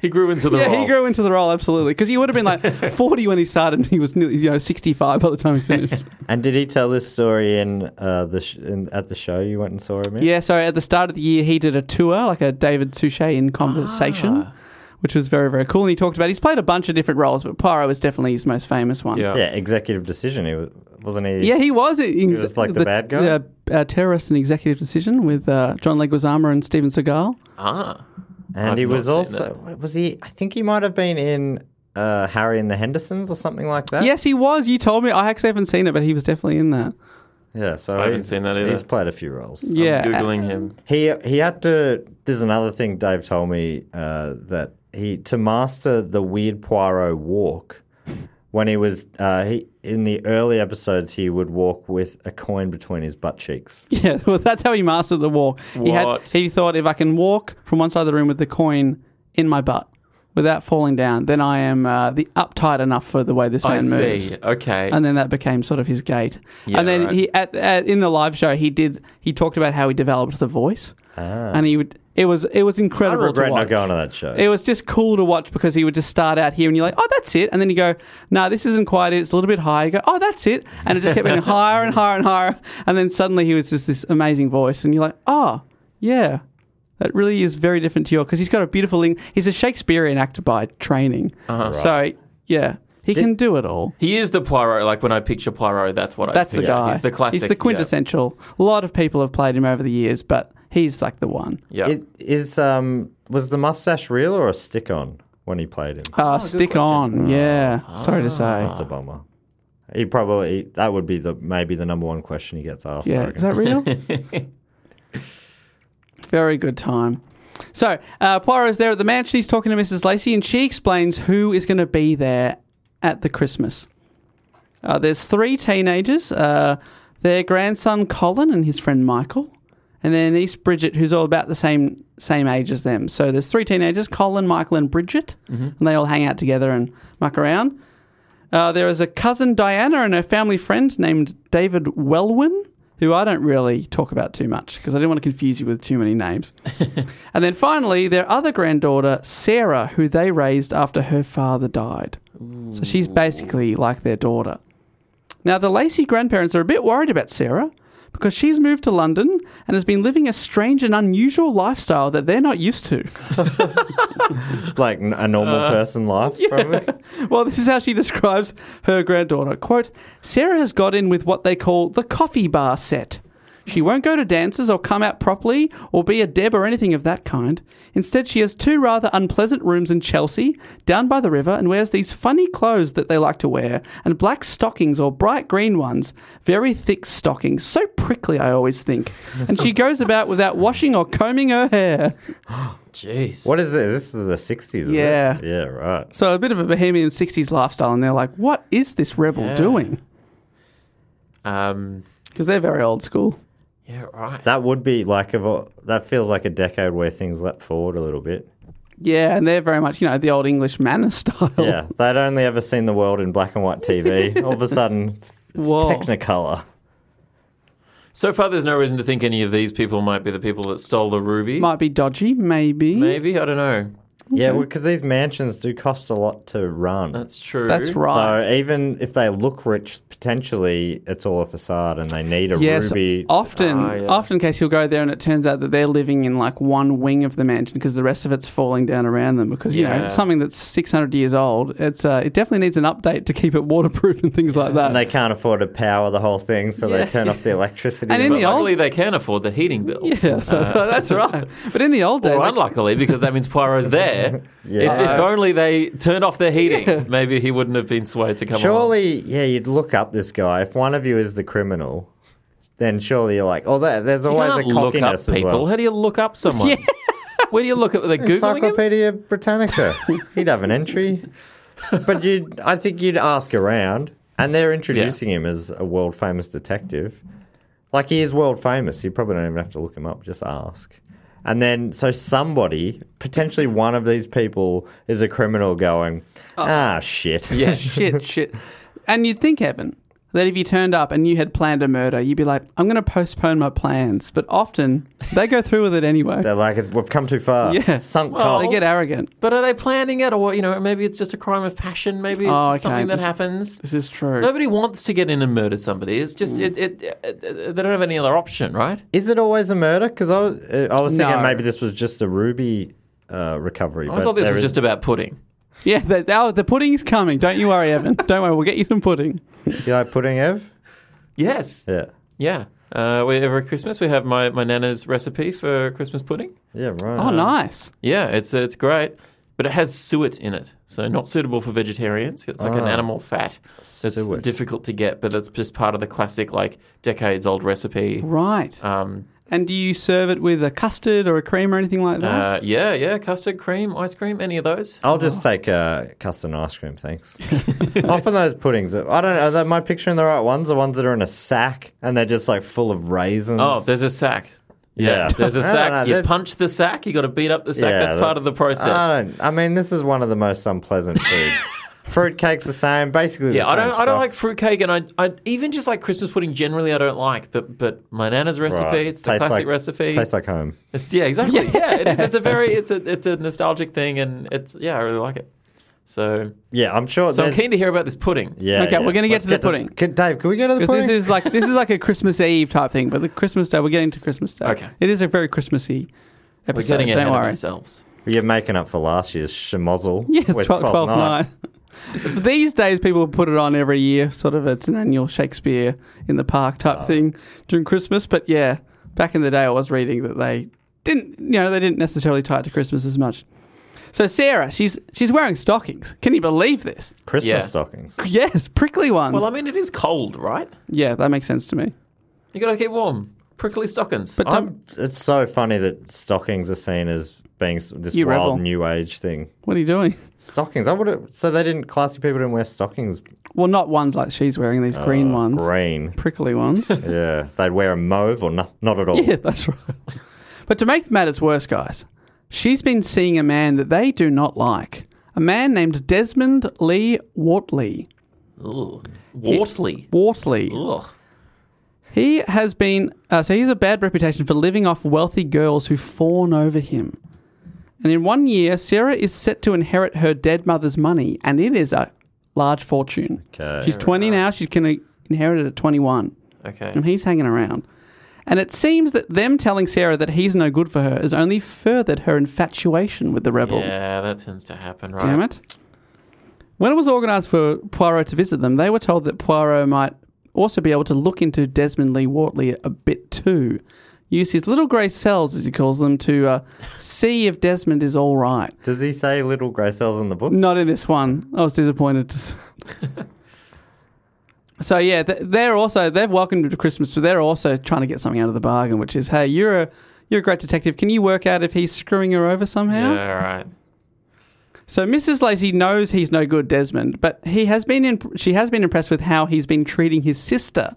he grew into the yeah, role. he grew into the role absolutely because he would have been [laughs] like 40 when he started. and He was nearly, you know 65 by the time he finished. [laughs] And did he tell this story in uh, the sh- in, at the show you went and saw him in? Yeah, so at the start of the year, he did a tour, like a David Suchet in conversation, Ah. which was very, very cool. And he talked about he's played a bunch of different roles, but Poirot was definitely his most famous one. Yeah. Yeah, executive decision. He was, wasn't he? Yeah, he was. In, he was like the bad guy? Yeah, uh, terrorist and executive decision with uh, John Leguizamo and Steven Seagal. Ah. and I've he not was seen also was he? I think he might have been in uh, Harry and the Hendersons or something like that. Yes, he was. You told me. I actually haven't seen it, but he was definitely in that. Yeah. So I haven't he- seen that either. He's played a few roles. Um, yeah, Googling him. He he had to. There's another thing Dave told me uh, that he to master the weird Poirot walk. When he was uh, he in the early episodes, he would walk with a coin between his butt cheeks. [laughs] Yeah, well, that's how he mastered the walk. He had What? he thought if I can walk from one side of the room with the coin in my butt without falling down, then I am uh, the uptight enough for the way this I man moves. see. Okay. And then that became sort of his gait. Yeah, and then right. he at, at in the live show he did he talked about how he developed the voice, and he would it was it was Ah. I incredible. regret to watch. not going to that show. It was just cool to watch because he would just start out here and you're like, oh, that's it. And then you go, no, this isn't quite it. It's a little bit higher. You go, oh, that's it. And it just kept going [laughs] higher and higher and higher. And then suddenly he was just this amazing voice. And you're like, oh, yeah. That really is very different to your because he's got a beautiful. Eng- he's a Shakespearean actor by training, Uh-huh. so yeah, he can do it all. he is the Poirot. Like when I picture Poirot, that's what That's I the picture. guy. He's the classic. He's the quintessential. A lot of people have played him over the years, but he's like the one. Yeah. yeah. It- is um was the mustache real or a stick on when he played him? Oh, Uh, stick on, yeah. Ah. Sorry to say, Oh, That's a bummer. He probably that would be the maybe the number one question he gets asked. I yeah. reckon. Is that real? Very good time. So, uh, Poirot's there at the mansion. He's talking to Mrs. Lacey, and she explains who is going to be there at the Christmas. Uh, there's three teenagers uh, their grandson Colin and his friend Michael, and their niece Bridget, who's all about the same same age as them. So, there's three teenagers Colin, Michael, and Bridget, and they all hang out together and muck around. Uh, there is a cousin Diana and her family friend named David Welwyn, who I don't really talk about too much because I didn't want to confuse you with too many names. and then finally, their other granddaughter Sarah, who they raised after her father died. So she's basically like their daughter. Now, the Lacey grandparents are a bit worried about Sarah because she's moved to London and has been living a strange and unusual lifestyle that they're not used to. [laughs] like n- a normal person life. Probably. Well, this is how she describes her granddaughter. Quote, Sarah has got in with what they call the coffee bar set. She won't go to dances or come out properly or be a deb or anything of that kind. Instead, she has two rather unpleasant rooms in Chelsea, down by the river, and wears these funny clothes that they like to wear, and black stockings or bright green ones, very thick stockings, so prickly, I always think. And she goes about without washing or combing her hair. Jeez. What is it? This is the sixties. Yeah. Yeah. Right. So a bit of a bohemian 60s lifestyle, and they're like, what is this rebel doing? Um, Because they're very old school. yeah, right. That would be like of a, that feels like a decade where things leapt forward a little bit. Yeah, and they're very much, you know, the old English manor [laughs] style. Yeah, they'd only ever seen the world in black and [laughs] white TV. All of a sudden, it's, it's Whoa. Technicolor. So far, there's no reason to think any of these people might be the people that stole the ruby. Might be dodgy, maybe. Maybe I don't know. Yeah, because these mansions do cost a lot to run. That's true. That's right. So even if they look rich, potentially it's all a facade, and they need a yes, ruby. often, Ah, yeah. often, in case you'll go there and it turns out that they're living in like one wing of the mansion because the rest of it's falling down around them. Because you know Yeah. something that's six hundred years old, it's uh, it definitely needs an update to keep it waterproof and things like that. and they can't afford to power the whole thing, so Yeah. they turn off [laughs] the electricity. And in But the old- luckily, they can afford the heating bill. yeah, [laughs] that's right. But in the old days, Or like- unluckily, because that means Poirot's there. [laughs] Yeah. If, if only they turned off their [laughs] heating, maybe he wouldn't have been swayed to come along. surely, yeah, you'd look up this guy. If one of you is the criminal, then surely you're like, oh, there, there's You always can't a look up cockiness as people. well. How do you look up someone? [laughs] Where do you look at? [laughs] They're googling him. Encyclopedia [laughs] Britannica. He'd have an entry, but you, would I think you'd ask around, and they're introducing him as a world famous detective. Like he is world famous. You probably don't even have to look him up. Just ask. And then, so somebody, potentially one of these people, is a criminal going, Oh. ah, shit. Yes. shit, shit. And you'd think, Evan, that if you turned up and you had planned a murder, you'd be like, I'm going to postpone my plans. But often they go through with it anyway. [laughs] They're like, "It's- we've come too far. Yeah. Sunk Well, cost. They get arrogant. But are they planning it, or you know, maybe it's just a crime of passion? Maybe it's Oh, just okay. something that This- happens. This is true. Nobody wants to get in and murder somebody. It's just it, it, it, it- They don't have any other option, right? Is Mm. it always a murder? Because I was, uh, I was thinking No. maybe this was just a ruby uh, recovery. I but thought this there was is- just about pudding. Yeah, the, the, oh, the pudding's coming. Don't you worry, Evan. Don't worry, we'll get you some pudding. You like pudding, Ev? Yes. Yeah. Yeah. Uh, we, every Christmas we have my, my nana's recipe for Christmas pudding. Yeah, right. Oh, nice. Yeah, it's it's great, but it has suet in it, so not suitable for vegetarians. It's like an animal fat that's Ah. Suet. difficult to get, but that's just part of the classic like decades old recipe. Right. Um, and do you serve it with a custard or a cream or anything like that? uh, yeah, yeah, custard cream, ice cream, any of those. I'll just take uh, custard and ice [laughs] cream, thanks. Often those puddings, are- I don't know, am I picturing the right ones? The ones that are in a sack and they're just like full of raisins. Oh, there's a sack. Yeah. [laughs] There's a I don't sack. know, you that- punch the sack. You got to beat up the sack. Yeah, Ah, that's that- part of the process. I don't. I mean, this is one of the most [laughs] unpleasant foods. Fruitcake's the same, basically. yeah, the I don't. same I don't stuff. like fruitcake, and I, I even just like Christmas pudding generally. I don't like, but but my nana's recipe. Right. It's the Tastes classic like- recipe. Tastes like home. It's yeah, [laughs] exactly. Yeah, it is. It's a very it's a it's a nostalgic thing, and it's yeah, I really like it. So Yeah, I'm sure. so I'm there's- keen to hear about this pudding. Yeah. Okay, yeah. we're gonna get Let's to the pudding. Can- Dave, can we go to the Because pudding? this is like this is like a Christmas Eve type thing, but the Christmas Day we're getting to Christmas Day. Okay. it is a very Christmassy We're episode. getting ahead Don't of worry. ourselves. You're making up for last [laughs] year's schmozzle. Yeah, with 12th, 12th night. These days, people put it on every year. Sort of, it's an annual Shakespeare in the Park type thing during Christmas. But yeah, back in the day, I was reading that they didn't, you know, they didn't necessarily tie it to Christmas as much. So Sarah, she's she's wearing stockings. Can you believe this? Christmas Yeah. stockings. [laughs] Yes, prickly ones. Well, I mean, it is cold, right? yeah, that makes sense to me. You got to keep warm. prickly stockings. But don't, I'm, it's so funny that stockings are seen as being s- this You wild rebel. new age thing. what are you doing? Stockings. I would have. So they didn't. Classy people didn't wear stockings. Well, not ones like she's wearing, these green ones, Green. prickly [laughs] ones. Yeah. They'd wear a mauve or not. Not at all. yeah, that's right. But to make matters worse, guys, she's been seeing a man that they do not like. A man named Desmond Lee Wortley. Ugh. Wortley. Wortley. Ugh. He has been, uh, so he has a bad reputation for living off wealthy girls who fawn over him. And in one year, Sarah is set to inherit her dead mother's money, and it is a large fortune. Okay. She's 20 now, she's going to inherit it at 21, Okay. and he's hanging around. And it seems that them telling Sarah that he's no good for her has only furthered her infatuation with the rebel. Yeah, that tends to happen, right? Damn it. When it was organised for Poirot to visit them, they were told that Poirot might also be able to look into Desmond Lee Wortley a bit too, use his little grey cells, as he calls them, to uh, see if Desmond is all right. Does he say little grey cells in the book? Not in this one. I was disappointed. [laughs] To s- so yeah, th- they're also they've welcomed him to Christmas, but they're also trying to get something out of the bargain, which is, hey, you're a you're a great detective. Can you work out if he's screwing her over somehow? Yeah, right. So Mrs. Lacey knows he's no good, Desmond, but he has been in, she has been impressed with how he's been treating his sister.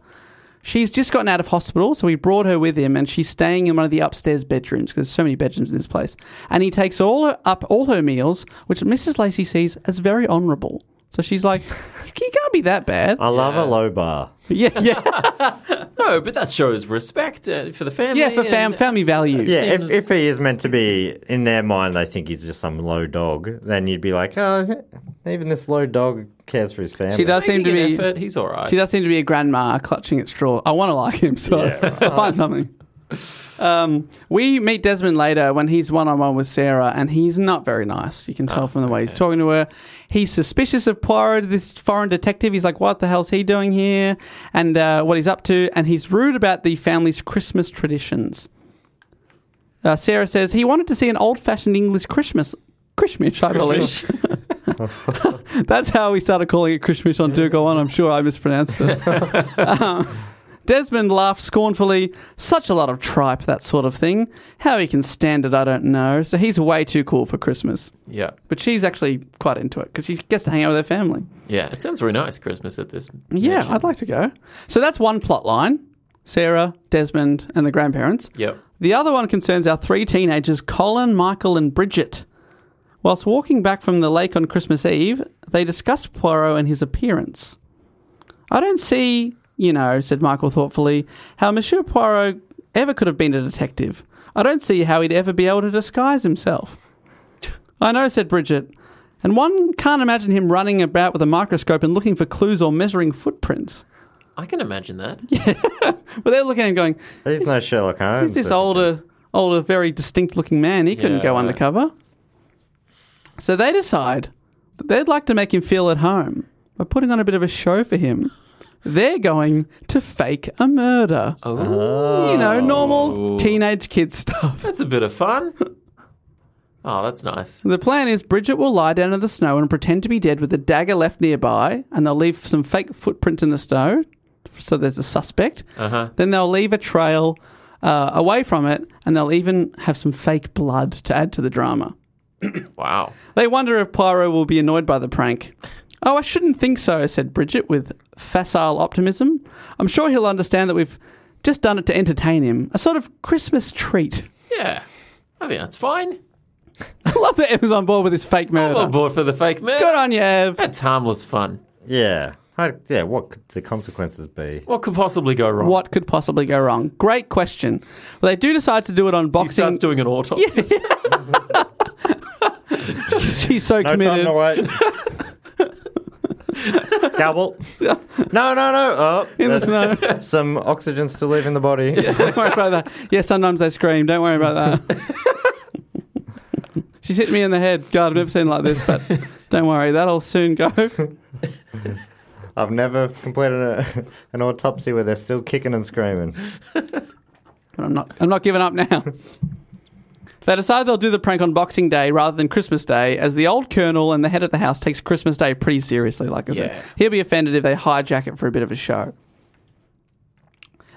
She's just gotten out of hospital, so he brought her with him, and she's staying in one of the upstairs bedrooms because there's so many bedrooms in this place. And he takes all her, up all her meals, which Mrs. Lacey sees as very honourable. So she's like, [laughs] "You can't be that bad." I love a low bar. yeah, yeah, No, but that shows respect uh, for the family. yeah, for [laughs] fam, and- family values. Yeah, Seems- if, if he is meant to be in their mind, they think he's just some low dog. Then you'd be like, oh, even this low dog cares for his family. she does seem to Making an be. effort, he's all right. She does seem to be a grandma clutching at straw. I want to like him, so [laughs] I'll find something. Um, we meet Desmond later when he's one on one with Sarah, and he's not very nice. You can tell from the way he's talking to her. He's suspicious of Poirot, this foreign detective. He's like, "What the hell's he doing here?" and uh, what he's up to. And he's rude about the family's Christmas traditions. Uh, Sarah says he wanted to see an old-fashioned English Christmas. Christmas, I believe. That's how we started calling it Krishmish on Do Go On. I'm sure I mispronounced it. Um, Desmond laughed scornfully. Such a lot of tripe, that sort of thing. How he can stand it, I don't know. So he's way too cool for Christmas. [laughs] yeah. But she's actually quite into it because she gets to hang out with her family. Yeah. It sounds really nice, Christmas at this. Yeah, mansion. I'd like to go. So that's one plot line Sarah, Desmond, and the grandparents. Yep. The other one concerns our three teenagers, Colin, Michael, and Bridget. Whilst walking back from the lake on Christmas Eve, they discussed Poirot and his appearance. I don't see, you know, said Michael thoughtfully, how Monsieur Poirot ever could have been a detective. I don't see how he'd ever be able to disguise himself. I know, said Bridget, and one can't imagine him running about with a microscope and looking for clues or measuring footprints. I can imagine that. But they're looking at him going, He's no Sherlock Who's Holmes. this older, older, very distinct looking man? He couldn't Yeah, go right. undercover. So they decide that they'd like to make him feel at home by putting on a bit of a show for him. They're going to fake a murder. Oh. You know, normal teenage kid stuff. That's a bit of fun. [laughs] Oh, that's nice. The plan is Bridget will lie down in the snow and pretend to be dead with a dagger left nearby, and they'll leave some fake footprints in the snow so there's a suspect. Uh-huh. Then they'll leave a trail uh, away from it, and they'll even have some fake blood to add to the drama. Wow. They wonder if Pyro will be annoyed by the prank. Oh, I shouldn't think so, said Bridget with facile optimism. I'm sure he'll understand that we've just done it to entertain him, a sort of Christmas treat. [laughs] Yeah. I think that's fine. I love that Emma's on board with this fake I'm on murder. board for the fake man. Good on you, Ev. That's harmless fun. Yeah. How, yeah, what could the consequences be? What could possibly go wrong? What could possibly go wrong? Great question. Well, they do decide to do it on He starts boxing. [laughs] doing an autopsy. She's so No committed. time to [laughs] wait. Scalpel. No, no, no. Oh, in the there's [laughs] snow. Some oxygen still leaving the body. Don't worry about that. Yeah, sometimes they scream. Don't worry about [laughs] that. She's hit me in the head. God, I've never seen it like this, but don't worry, that'll soon go. I've never completed a, [laughs] an autopsy where they're still kicking and screaming. But I'm not. I'm not giving up now. [laughs] They decide they'll do the prank on Boxing Day rather than Christmas Day, as the old colonel and the head of the house takes Christmas Day pretty seriously. Like I Yeah. said, he'll be offended if they hijack it for a bit of a show.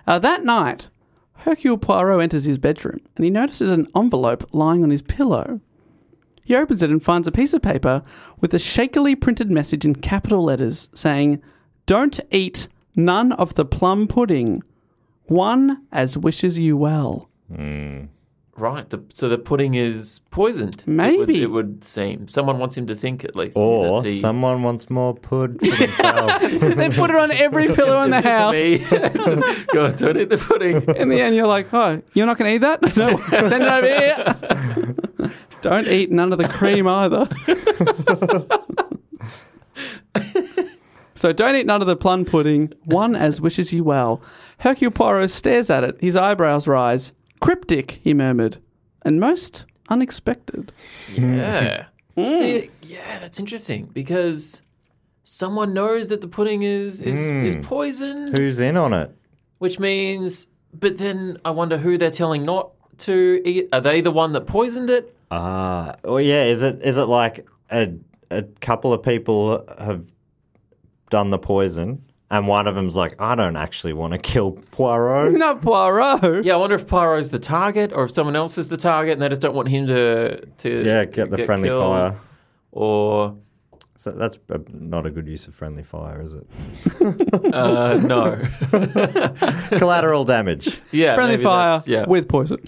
Uh, that night, Hercule Poirot enters his bedroom and he notices an envelope lying on his pillow. He opens it and finds a piece of paper with a shakily printed message in capital letters saying, Don't eat none of the plum pudding. One as wishes you [laughs] well. Right. The, so the pudding is poisoned. It would- Maybe. It would, seem. Someone wants him to think at least. Or that the- someone wants more pud for themselves. they put it on every pillow in the It's house. just me. [laughs] Just go and don't eat the [laughs] pudding. In the end, you're like, oh, you're not going to eat that? No, [laughs] send it over here. [laughs] Don't eat none of the cream either. so don't eat none of the plum pudding. One as wishes you well. Hercule Poirot stares at it. His eyebrows rise. Cryptic, he murmured, and most unexpected. [laughs] [laughs] Yeah. Hmm. See, yeah, that's interesting because someone knows that the pudding is is, Hmm. is poisoned, Who's in on it? which means. But then I wonder who they're telling not to eat. Are they the one that poisoned it? Ah, well, yeah. Is it is it like a a couple of people have done the poison, and one of them's like, I don't actually want to kill [laughs] Poirot. Not Poirot. Yeah, I wonder if Pyro's the target or if someone else is the target and they just don't want him to to Yeah, get the friendly killed. fire. Or So that's uh, not a good use of friendly [laughs] fire, is it? uh, [laughs] no. Collateral damage. yeah. Friendly maybe fire that's- Yeah. with poison.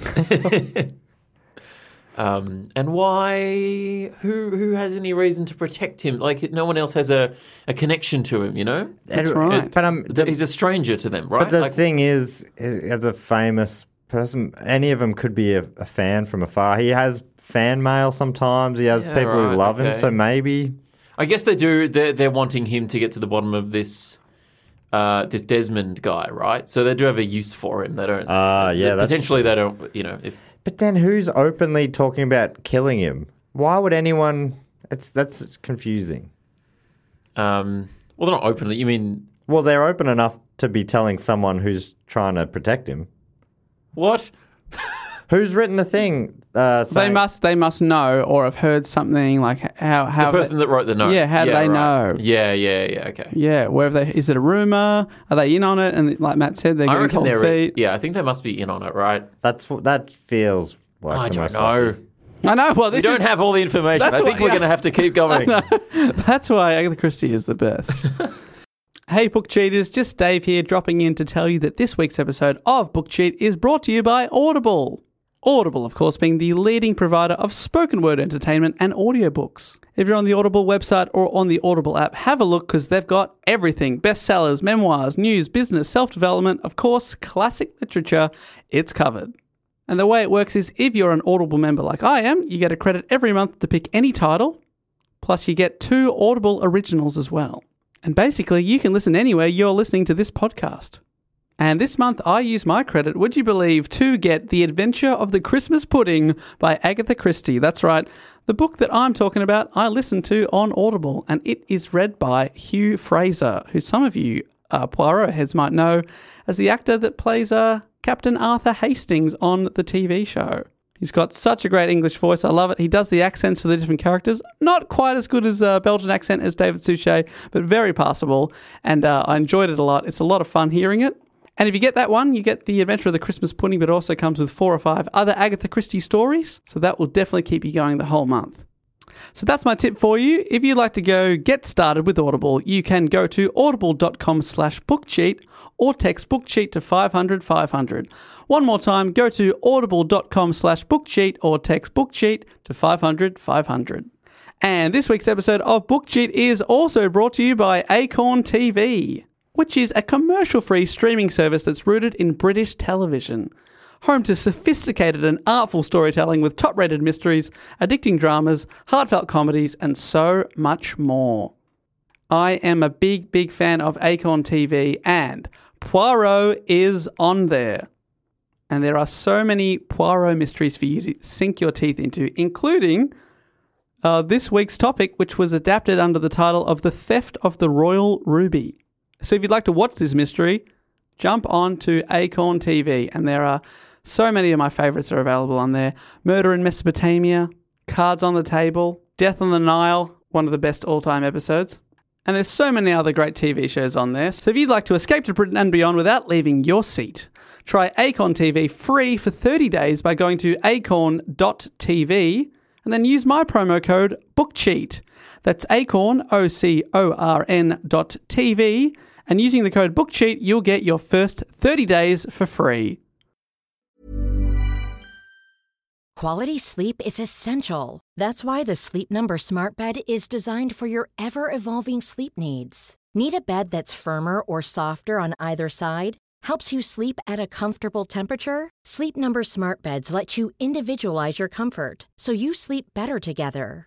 Um, and why? Who who has any reason to protect him? Like no one else has a, a connection to him, you know. [laughs] That's right. But um, Th- He's a stranger to them, right? But the Like, thing is, is- as a famous person, any of them could be a, a fan from afar. He has fan mail sometimes. He has Yeah, people right, who love him. okay. So maybe I guess they do. They're, they're wanting him to get to the bottom of this uh, this Desmond guy, right? So they do have a use for him. They don't. uh, Ah, yeah, that's Potentially, they don't. You know, if But then who's openly talking about killing him? Why would anyone? It's that's confusing. um, well, they're not openly. You mean Well, they're open enough to be telling someone who's trying to protect him. what? Who's written the thing? Uh, they saying- must they must know or have heard something like how how The person that wrote the note. Yeah, how do they know? Yeah, yeah, yeah. Okay. Yeah, where have they? Is it a rumor? Are they in on it? And like Matt said, they're I getting reckon cold they're. feet. Yeah, I think they must be in on it, right? That's wh- that feels like. I the don't most know. likely. I know. Well, We this don't is, have all the information. I That's think why- we're going to have [laughs] to keep going. That's why Agatha Christie is the best. hey, book cheaters! Just Dave here, dropping in to tell you that this week's episode of Book Cheat is brought to you by Audible. Audible, of course, being the leading provider of spoken word entertainment and audiobooks. If you're on the Audible website or on the Audible app, have a look because they've got everything bestsellers, memoirs, news, business, self development, of course, classic literature. It's covered. And the way it works is if you're an Audible member like I am, you get a credit every month to pick any title, Plus, you get two Audible originals as well. And basically, you can listen anywhere you're listening to this podcast. And this month, I use my credit, would you believe, to get The Adventure of the Christmas Pudding by Agatha Christie. That's right, the book that I'm talking about, I listened to on Audible, and it is read by Hugh Fraser, who some of you uh, Poirot heads might know as the actor that plays uh, Captain Arthur Hastings on the TV show. He's got such a great English voice. I love it. He does the accents for the different characters. Not quite as good as uh, Belgian accent as David Suchet, but very passable. And uh, I enjoyed it a lot. It's a lot of fun hearing it. And if you get that one, you get The Adventure of the Christmas Pudding, but it also comes with four or five other Agatha Christie stories. So that will definitely keep you going the whole month. So that's my tip for you. If you'd like to go get started with Audible, you can go to audible.com slash bookcheat or text bookcheat to 500 500. One more time, go to audible.com slash bookcheat or text bookcheat to 500 500. And this week's episode of Book Cheat is also brought to you by Acorn TV, which is a commercial free streaming service that's rooted in British television. Home to sophisticated and artful storytelling with top rated mysteries, addicting dramas, heartfelt comedies, and so much more. I am a big, big fan of Acorn TV, and Poirot is on there. And there are so many Poirot mysteries for you to sink your teeth into, including uh, this week's topic, which was adapted under the title of The Theft of the Royal Ruby. So if you'd like to watch this mystery, jump on to Acorn TV, and there are so many of my favorites are available on there. Murder in Mesopotamia, Cards on the Table, Death on the Nile, one of the best all-time episodes. And there's so many other great TV shows on there. So if you'd like to escape to Britain and beyond without leaving your seat, Try Acorn TV free for 30 days by going to acorn.tv and then use my promo code BOOKCHEAT. That's acorn, O C O R N dot TV. And using the code BOOKCHEAT, you'll get your first 30 days for free. Quality sleep is essential. That's why the Sleep Number Smart Bed is designed for your ever evolving sleep needs. Need a bed that's firmer or softer on either side? Helps you sleep at a comfortable temperature? Sleep Number Smart Beds let you individualize your comfort so you sleep better together.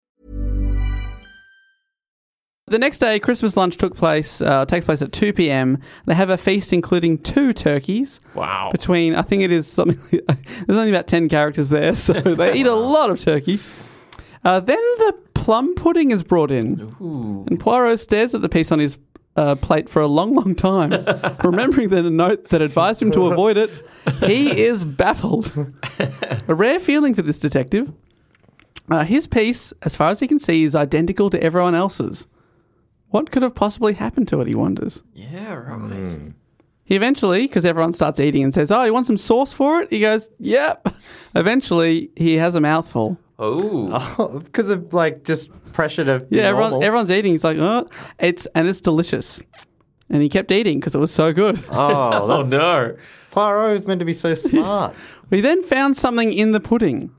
The next day, Christmas lunch took place. Uh, takes place at 2 p.m. They have a feast including two turkeys. Wow. Between, I think it is something. [laughs] there's only about 10 characters there, so they eat a lot of turkey. Uh, then the plum pudding is brought in, and Poirot stares at the piece on his uh, plate for a long, long time, remembering the note that advised him to avoid it. He is baffled. a rare feeling for this detective. Uh, his piece, as far as he can see, is identical to everyone else's. What could have possibly happened to it, he wonders. Yeah, right. Hmm. He eventually, because everyone starts eating and says, Oh, you want some sauce for it? He goes, Yep. [laughs] Eventually, he has a mouthful. Oh, Because of like just pressure to. be Yeah, everyone, normal. everyone's eating. He's like, Oh, it's, and it's delicious. And he kept eating because it was so [laughs] good. Oh, oh [laughs] that's, no. [laughs] Poirot is meant to be so smart. We then found something in the pudding,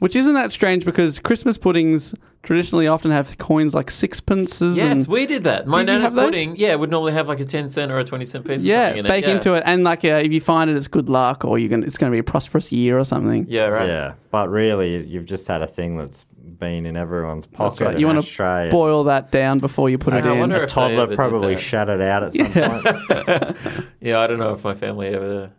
which isn't that strange because Christmas puddings traditionally often have coins like sixpences. Yes, Mm. and, we did that. My Did you nana's have those? pudding, yeah, would normally have like a 10 cent or a 20 cent piece or yeah, something in it. bake yeah. into it, and like uh, if you find it, it's good luck, or you're gonna, it's going to be a prosperous year or something. Yeah, right. Yeah, but really, you've just had a thing that's been in everyone's That's pocket. right. You want want to boil that down before you put it I in. [laughs] wonder A if they ever toddler did probably that. shut it out at some point. Yeah, I don't know if my family ever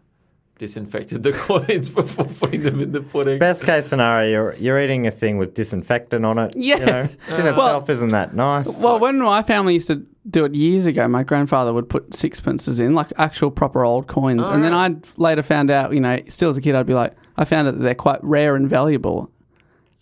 disinfected the [laughs] coins before putting them in the pudding. Best case scenario, you're, you're eating a thing with disinfectant on it. Yeah. You know, [laughs] in itself isn't that nice. Well, when my family used to do it years ago, my grandfather would put sixpences in, like actual proper old coins. and then I later found out, you know, still as a kid, I'd be like, I found out that they're quite rare and valuable.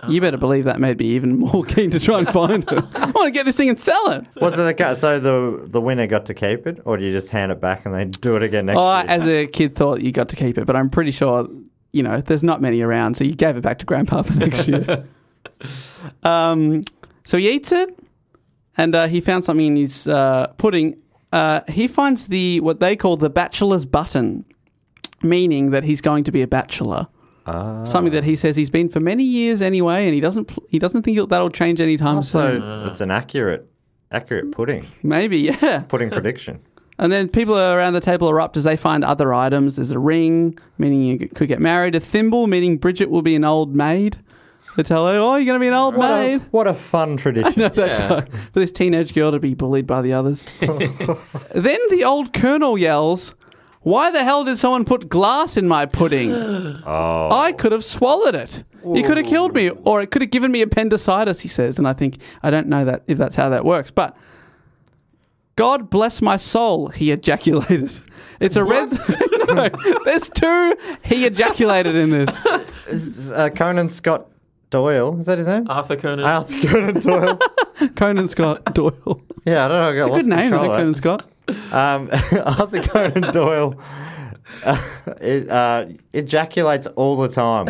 You better believe that made me even more [laughs] keen to try and find it. I want to get this thing and sell it. Was it a, so the the winner got to keep it, or do you just hand it back and they do it again next I, year? Oh, as a kid, thought you got to keep it, but I'm pretty sure, you know, there's not many around, so you gave it back to Grandpa for next year. um, so he eats it, and uh, he found something in his uh, pudding. Uh, he finds the what they call the bachelor's button, meaning that he's going to be a bachelor. Something that he says he's been for many years anyway, and he doesn't pl- he doesn't think that'll change anytime also, soon. it's an accurate accurate pudding Maybe, [laughs] yeah. pudding prediction. And then people around the table erupt as they find other items. There's a ring, meaning you could get married. A thimble, meaning Bridget will be an old maid. They tell her, oh, you're going to be an old What a, maid. what a fun [laughs] tradition! For this teenage girl to be bullied by the [laughs] others. then the old colonel yells, why the hell did someone put glass in my pudding? Oh. I could have swallowed it. It could have killed me, or it could have given me appendicitis, he says. And I think, I don't know that if that's how that works, but God bless my soul, he ejaculated. [laughs] It's a red. [laughs] no, there's two he ejaculated in [laughs] this. Uh, Conan Scott Doyle is that his name? Arthur Conan. Arthur [laughs] Conan Doyle. Conan Scott Doyle. Yeah, I don't know. I got It's a lost good name, control eh? isn't it, of that. Conan Scott? Um, [laughs] Arthur Conan Doyle uh, [laughs] it, uh, ejaculates all [laughs] the time.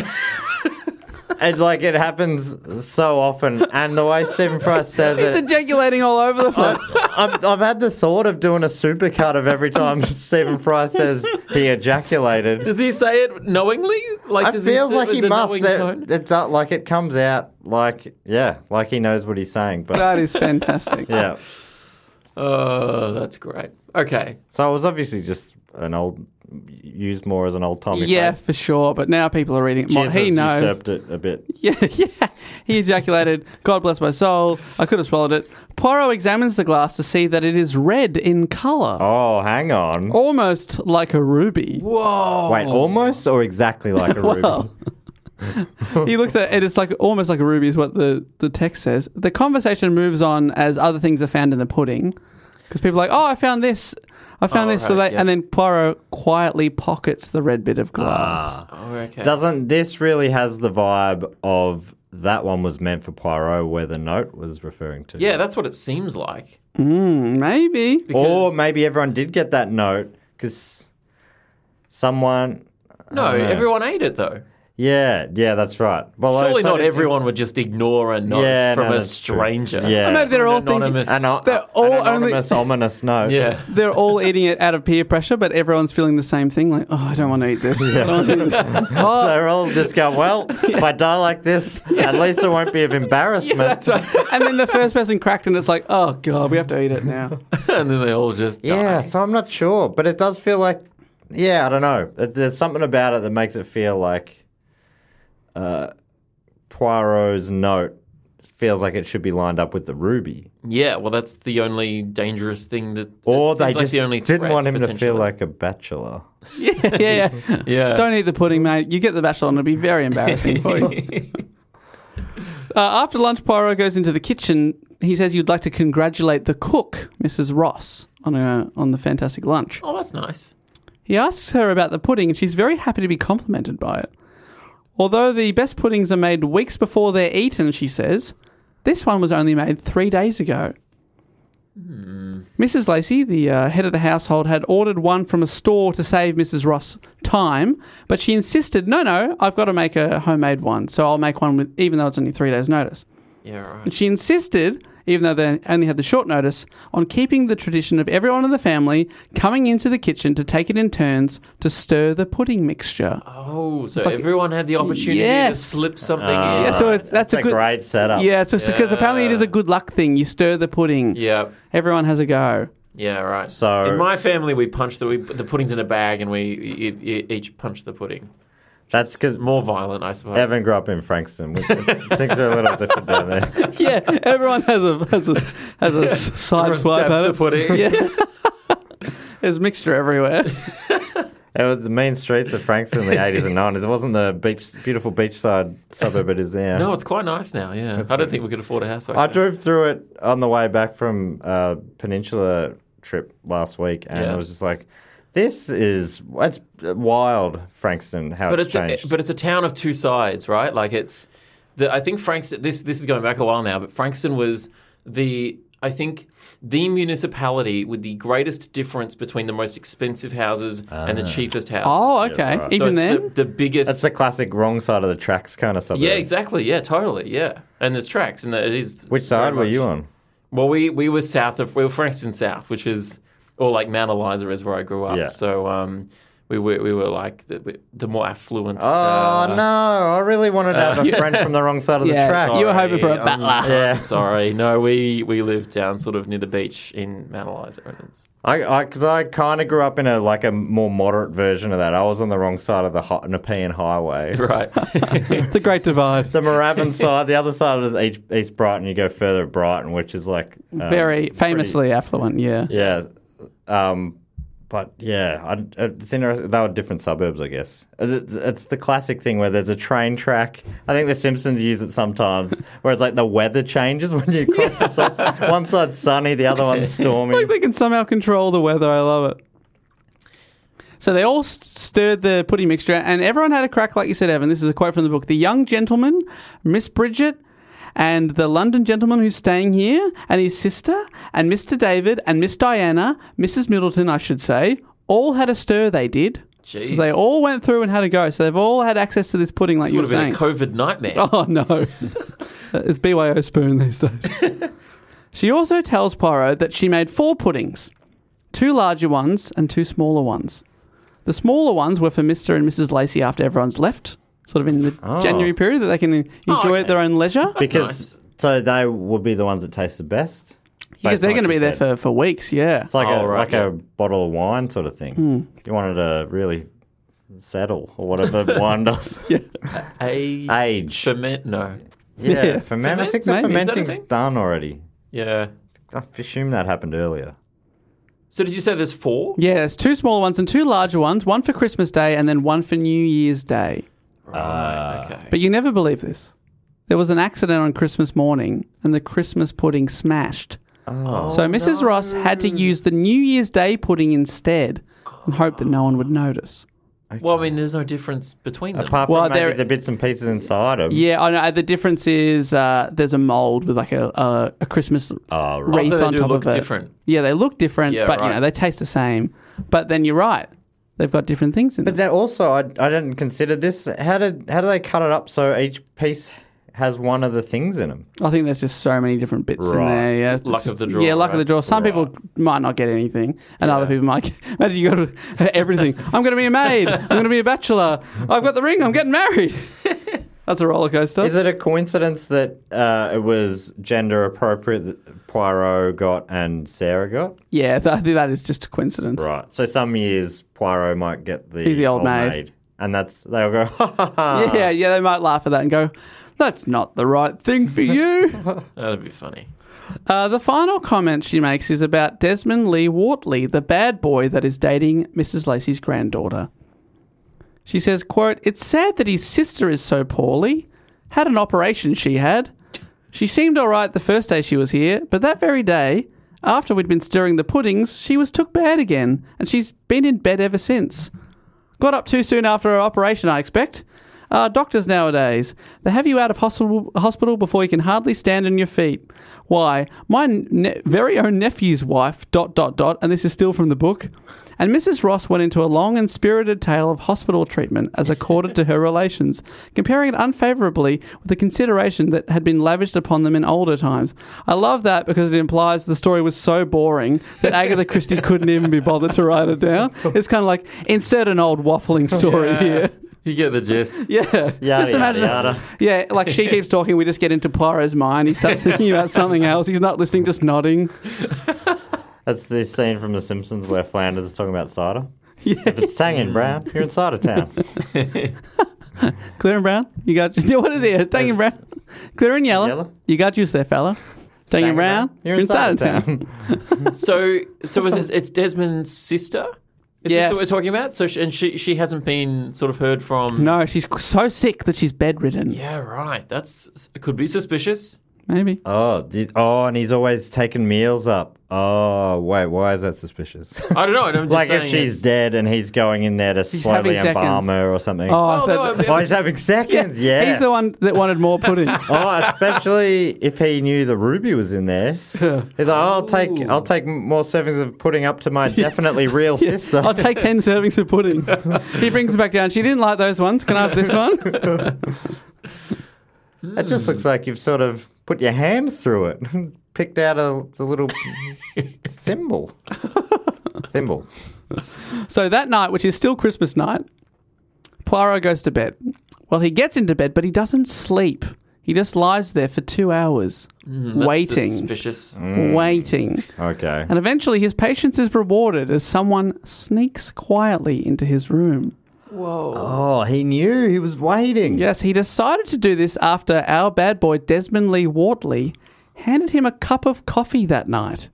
and like it happens so often, and the Oh, way Stephen Fry says He's it, ejaculating all over the place. I've, I've had the thought of doing a supercut of every [laughs] time Stephen Fry says he ejaculated. Does he say it knowingly? Like, It does he feels say like it he as a must. knowing It, tone? it, do- like it comes out like yeah, like he knows what he's saying. But That is fantastic. yeah, Oh, that's great. Okay. so it was obviously just an old used more as an old timey. Yeah, phrase. for sure. But now people are reading it. more. Jesus He knows. usurped it a bit. [laughs] Yeah, yeah. He ejaculated, God bless my soul. I could have swallowed it. Poirot examines the glass to see that it is red in colour. Oh, hang on. Almost like a ruby. Oh. [laughs] Wait, almost or exactly like a ruby? Well, [laughs] he looks at it. It's like almost like a ruby is what the, the text says. The conversation moves on as other things are found in the pudding, because people are like, oh, I found this, I found Oh, this, so right, they, yeah. and then Poirot quietly pockets the red bit of glass. Oh, okay. Doesn't this really has the vibe of that one was meant for Poirot, where the note was referring to? yeah, that's what it seems like. Mm, maybe Or because- maybe everyone did get that note because someone. No, everyone ate it though. Yeah, yeah, that's right. Well, Surely so- not everyone would just ignore a note Yeah, from no, a that's true. stranger. Yeah. I know they're An all thinking- anonymous. An, o- They're an all only- anonymous, ominous [laughs] note. yeah. they're all eating it out of peer pressure, but everyone's feeling the same thing. Like, oh, I don't want to eat this. I don't wanna eat this." Oh, They're all just going, well, if I die like this, at least it won't be of embarrassment. that's right. And then the first person cracked, and it's like, oh god, we have to eat it now. [laughs] and then they all just die. Yeah, so I'm not sure, but it does feel like, yeah, I don't know. It- There's something about it that makes it feel like uh, Poirot's note feels like it should be lined up with the ruby, Yeah, well, that's the only dangerous thing that. or it seems they just like the only didn't threat, want him to feel potentially. like a bachelor. yeah, yeah. Yeah. Don't e- eat the pudding, mate. You get the bachelor, and it'll be very embarrassing for you. Uh, after lunch, Poirot goes into the kitchen. He says you'd like to congratulate the cook, Mrs. Ross, on a, on the fantastic lunch. Oh, that's nice. He asks her about the pudding, and she's very happy to be complimented by it. Although the best puddings are made weeks before they're eaten, she says, this one was only made three days ago. Mrs. Lacey, the uh, head of the household, had ordered one from a store to save Mrs. Ross time, but she insisted, no, no, I've got to make a homemade one, so I'll make one with, even though it's only three days' notice. Yeah, right. And she insisted, even though they only had the short notice, on keeping the tradition of everyone in the family coming into the kitchen to take it in turns to stir the pudding mixture. Oh, so It's like- everyone had the opportunity to Yes. slip something Ah. in. yeah, so it's, that's It's a a good. great setup. Yeah, because apparently it is a good luck thing. You stir the pudding. yeah, Everyone has a [laughs] go. yeah, right. So- in my family, we punch the we, the pudding's in a bag, and we e- e- each punch the pudding. That's because More violent, I suppose. Evan grew up in Frankston. which is- Things are a little different down [laughs] there. Yeah, [laughs] everyone has a has a has a s- side Everyone swipe stabs at the it. pudding. [laughs] Yeah. [laughs] There's mixture everywhere. It was the mean streets of [laughs] Frankston in the 80s and 90s. It wasn't the beach, beautiful beachside suburb it is now. No, it's quite nice now. Yeah, I don't think we could afford a house. Like I that. drove through it on the way back from a peninsula trip last week, and Yeah. I was just like, "This is it's wild, Frankston. How but it's, it's changed." a, but it's a town of two sides, right? Like it's the I think Frankston. This this is going back a while now, but Frankston was the I think the municipality with the greatest difference between the most expensive houses and the cheapest houses. Oh, okay. right. Even so it's then, the, the biggest. Ah. That's the classic wrong side of the tracks kind of suburb. yeah, exactly. Yeah, totally. Yeah, and there's tracks, and it is. Which very side were much- you on? Well, we we were south of we were Frankston South, which is or like Mount Eliza is where I grew up. Yeah. So um, we were we were like the, the more affluent. uh, Oh no, I really wanted [laughs] to have a friend from the wrong side of Yeah, the track. sorry. You were hoping for a I'm battler. [laughs] Yeah. Sorry, no, we we lived down sort of near the beach in Mount Eliza. and it's- I because I, kind of grew up in a like a more moderate version of that. I was on the wrong side of the hi- [laughs] Nepean Highway. [laughs] Right. the Great [laughs] Divide. [laughs] The Moorabbin side, the other side was East, East Brighton. You go further at Brighton, which is like um, Very famously affluent. Yeah. Yeah. Um, but yeah, I, it's interesting. They were different suburbs, I guess. It's, it's the classic thing where there's a train track. I think The Simpsons use [laughs] it sometimes, where it's like the weather changes when you cross the side. One side's sunny, the other one's [laughs] stormy. Like they can somehow control the weather. I love it. So they all st- stirred the pudding mixture, and everyone had a crack, like you said, Evan. This is a quote from the book: "The young gentleman, Miss Bridget, and the London gentleman who's staying here, and his sister, and Mister David, and Miss Diana, Mrs. Middleton, I should say, all had a stir. They did. So Jeez. they all went through and had a go. So they've all had access to this pudding, like This you would were have been saying. a COVID nightmare. [laughs] Oh no. it's BYO spoon these [laughs] days. she also tells Poirot that she made four puddings two larger ones and two smaller ones. The smaller ones were for Mr. and Mrs. Lacey after everyone's left, sort of in the Oh. January period, that they can enjoy at okay. their own leisure. because so they would be the ones that taste the best. Because based they're on what going to be you there for, said. for weeks, yeah. It's like Oh, a right, like yeah. a bottle of wine sort of thing. If you wanted to really settle [laughs] or whatever wine does. a Age. ferment? No. [laughs] yeah, Yeah. ferment. I think Ferment, maybe. Is the that a fermenting's thing? done already. Yeah. I assume that happened earlier. So did you say there's four? Yeah, there's two smaller ones and two larger ones, one for Christmas Day and then one for New Year's Day. Right. okay. But you never believe this. There was an accident on Christmas morning and the Christmas pudding smashed. Oh. Oh. so Mrs. Ross had to use the New Year's Day pudding instead and hope that no one would notice. Well, I mean, there's no difference between them. Apart from Well, maybe there- the bits and pieces inside them. Yeah, I know. The difference is uh, there's a mold with like a, a, a Christmas Oh, right. wreath Also, they on do top look of it. different. Yeah, they look different, Yeah, but you right. know they taste the same. But then you're right; they've got different things in But them. then also, I, I didn't consider this. How did how do they cut it up so each piece has one of the things in them? I think there's just so many different bits in Right. there. Yeah, it's Luck just- of the draw, Yeah, luck of the right? draw. Some people might not get anything, and other people might. Get, [laughs] imagine you got [laughs] to- everything. I'm going to be a maid. I'm going to be a bachelor. I've got the ring. I'm getting [laughs] married. That's a roller coaster. Is it a coincidence that uh, it was gender appropriate that Poirot got and Sarah got? yeah, th- I think that is just a coincidence. Right. So some years Poirot might get the He's the old maid. and that's they'll go [laughs] ha ha ha. Yeah, yeah, they might laugh at that and go, "That's not the right thing [laughs] for you." That'd be funny. Uh, the final comment she makes is about Desmond Lee Wortley, the bad boy that is dating Mrs. Lacey's granddaughter. She says, quote, It's sad that his sister is so poorly. Had an operation she had. She seemed all right the first day she was here, but that very day, after we'd been stirring the puddings, she was took bad again, and she's been in bed ever since. Got up too soon after her operation, I expect. Uh, doctors nowadays, they have you out of hospital, hospital before you can hardly stand on your feet. Why? My ne- very own nephew's wife, dot, dot, dot, and this is still from the book. And Mrs. Ross went into a long and spirited tale of hospital treatment as accorded to her relations, comparing it unfavourably with the consideration that had been lavished upon them in older times. I love that because it implies the story was so boring that Agatha Christie couldn't even be bothered to write it down. It's kind of like insert an old waffling story here. You get the gist. Yeah. Yada, yada, that. yada. Yeah, like she keeps talking, we just get into Poirot's mind. He starts thinking about something else. He's not listening, just nodding. That's the scene from The Simpsons where Flanders is talking about [laughs] cider. If it's tangin' brown, you're in cider town. Clear and brown. You got [laughs] what is it? Dang and It's- brown. Clear and yellow. Yellow. You got juice there, fella. Dang and brown. You're in cider town. So, so was it, it's Desmond's sister? Is Yes. this what we're talking about? So, she, and she she hasn't been sort of heard from. No, she's so sick that she's bedridden. Yeah, right. That's it could be suspicious. Maybe. [laughs] Oh, the- oh, and he's always taking meals up. Oh, wait, why is that suspicious? [laughs] I don't know. I'm just like if saying she's it's- dead and he's going in there to slowly having embalm seconds. her or something. Oh, I Oh, no, thought- I'm- Oh, he's [laughs] having seconds. Yeah, He's the one that wanted more pudding. oh, especially if he knew the ruby was in there. He's like, I'll take, I'll take more servings of pudding up to my definitely real sister. I'll take 10 servings of pudding. he brings it back down. She didn't like those ones. Can I have this one? [laughs] It just looks like you've sort of put your hand through it, [laughs] picked out a the little symbol. Thimble. So that night, which is still Christmas night, Poirot goes to bed. Well, he gets into bed, but he doesn't sleep. He just lies there for two hours, that's waiting, Suspicious. Mm. waiting. Okay. And eventually, his patience is rewarded as someone sneaks quietly into his room. Oh, he knew he was waiting. Yes, he decided to do this after our bad boy Desmond Lee Wortley handed him a cup of coffee that night,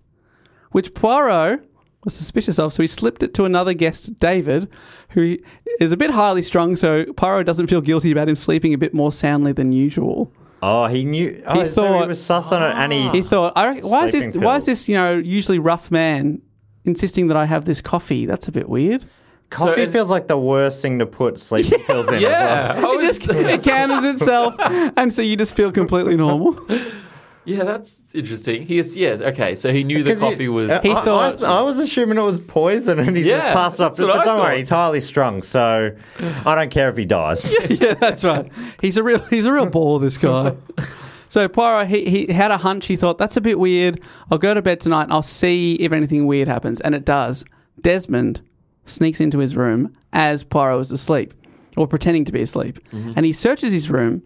which Poirot was suspicious of, so he slipped it to another guest, David, who is a bit highly strung, so Poirot doesn't feel guilty about him sleeping a bit more soundly than usual. Oh, he knew. Oh, He so thought- Ah. he was sus on it, and he. He thought, I reckon, why is this? Ah. Sleeping Why is pills. this? You know, usually rough man insisting that I have this coffee. That's a bit [laughs] weird. coffee So- and- feels like the worst thing to put sleeping pills in. as well. Yeah. Oh, I It was- just it counters itself, and so you just feel completely normal. yeah, that's interesting. He is, yes. Okay, so he knew the 'Cause you- coffee was. I- He I- thought- I, was assuming it was poison, and he Yeah, just passed it off. that's what But I don't thought. worry, he's highly strung, so I don't care if he [laughs] dies. yeah, that's right. He's a real he's a real ball, this guy. So Poirot, he, he had a hunch. He thought that's a bit weird. I'll go to bed tonight. and I'll see if anything weird happens, and it does. Desmond sneaks into his room as Poirot is asleep, or pretending to be asleep, Mm-hmm. and he searches his room.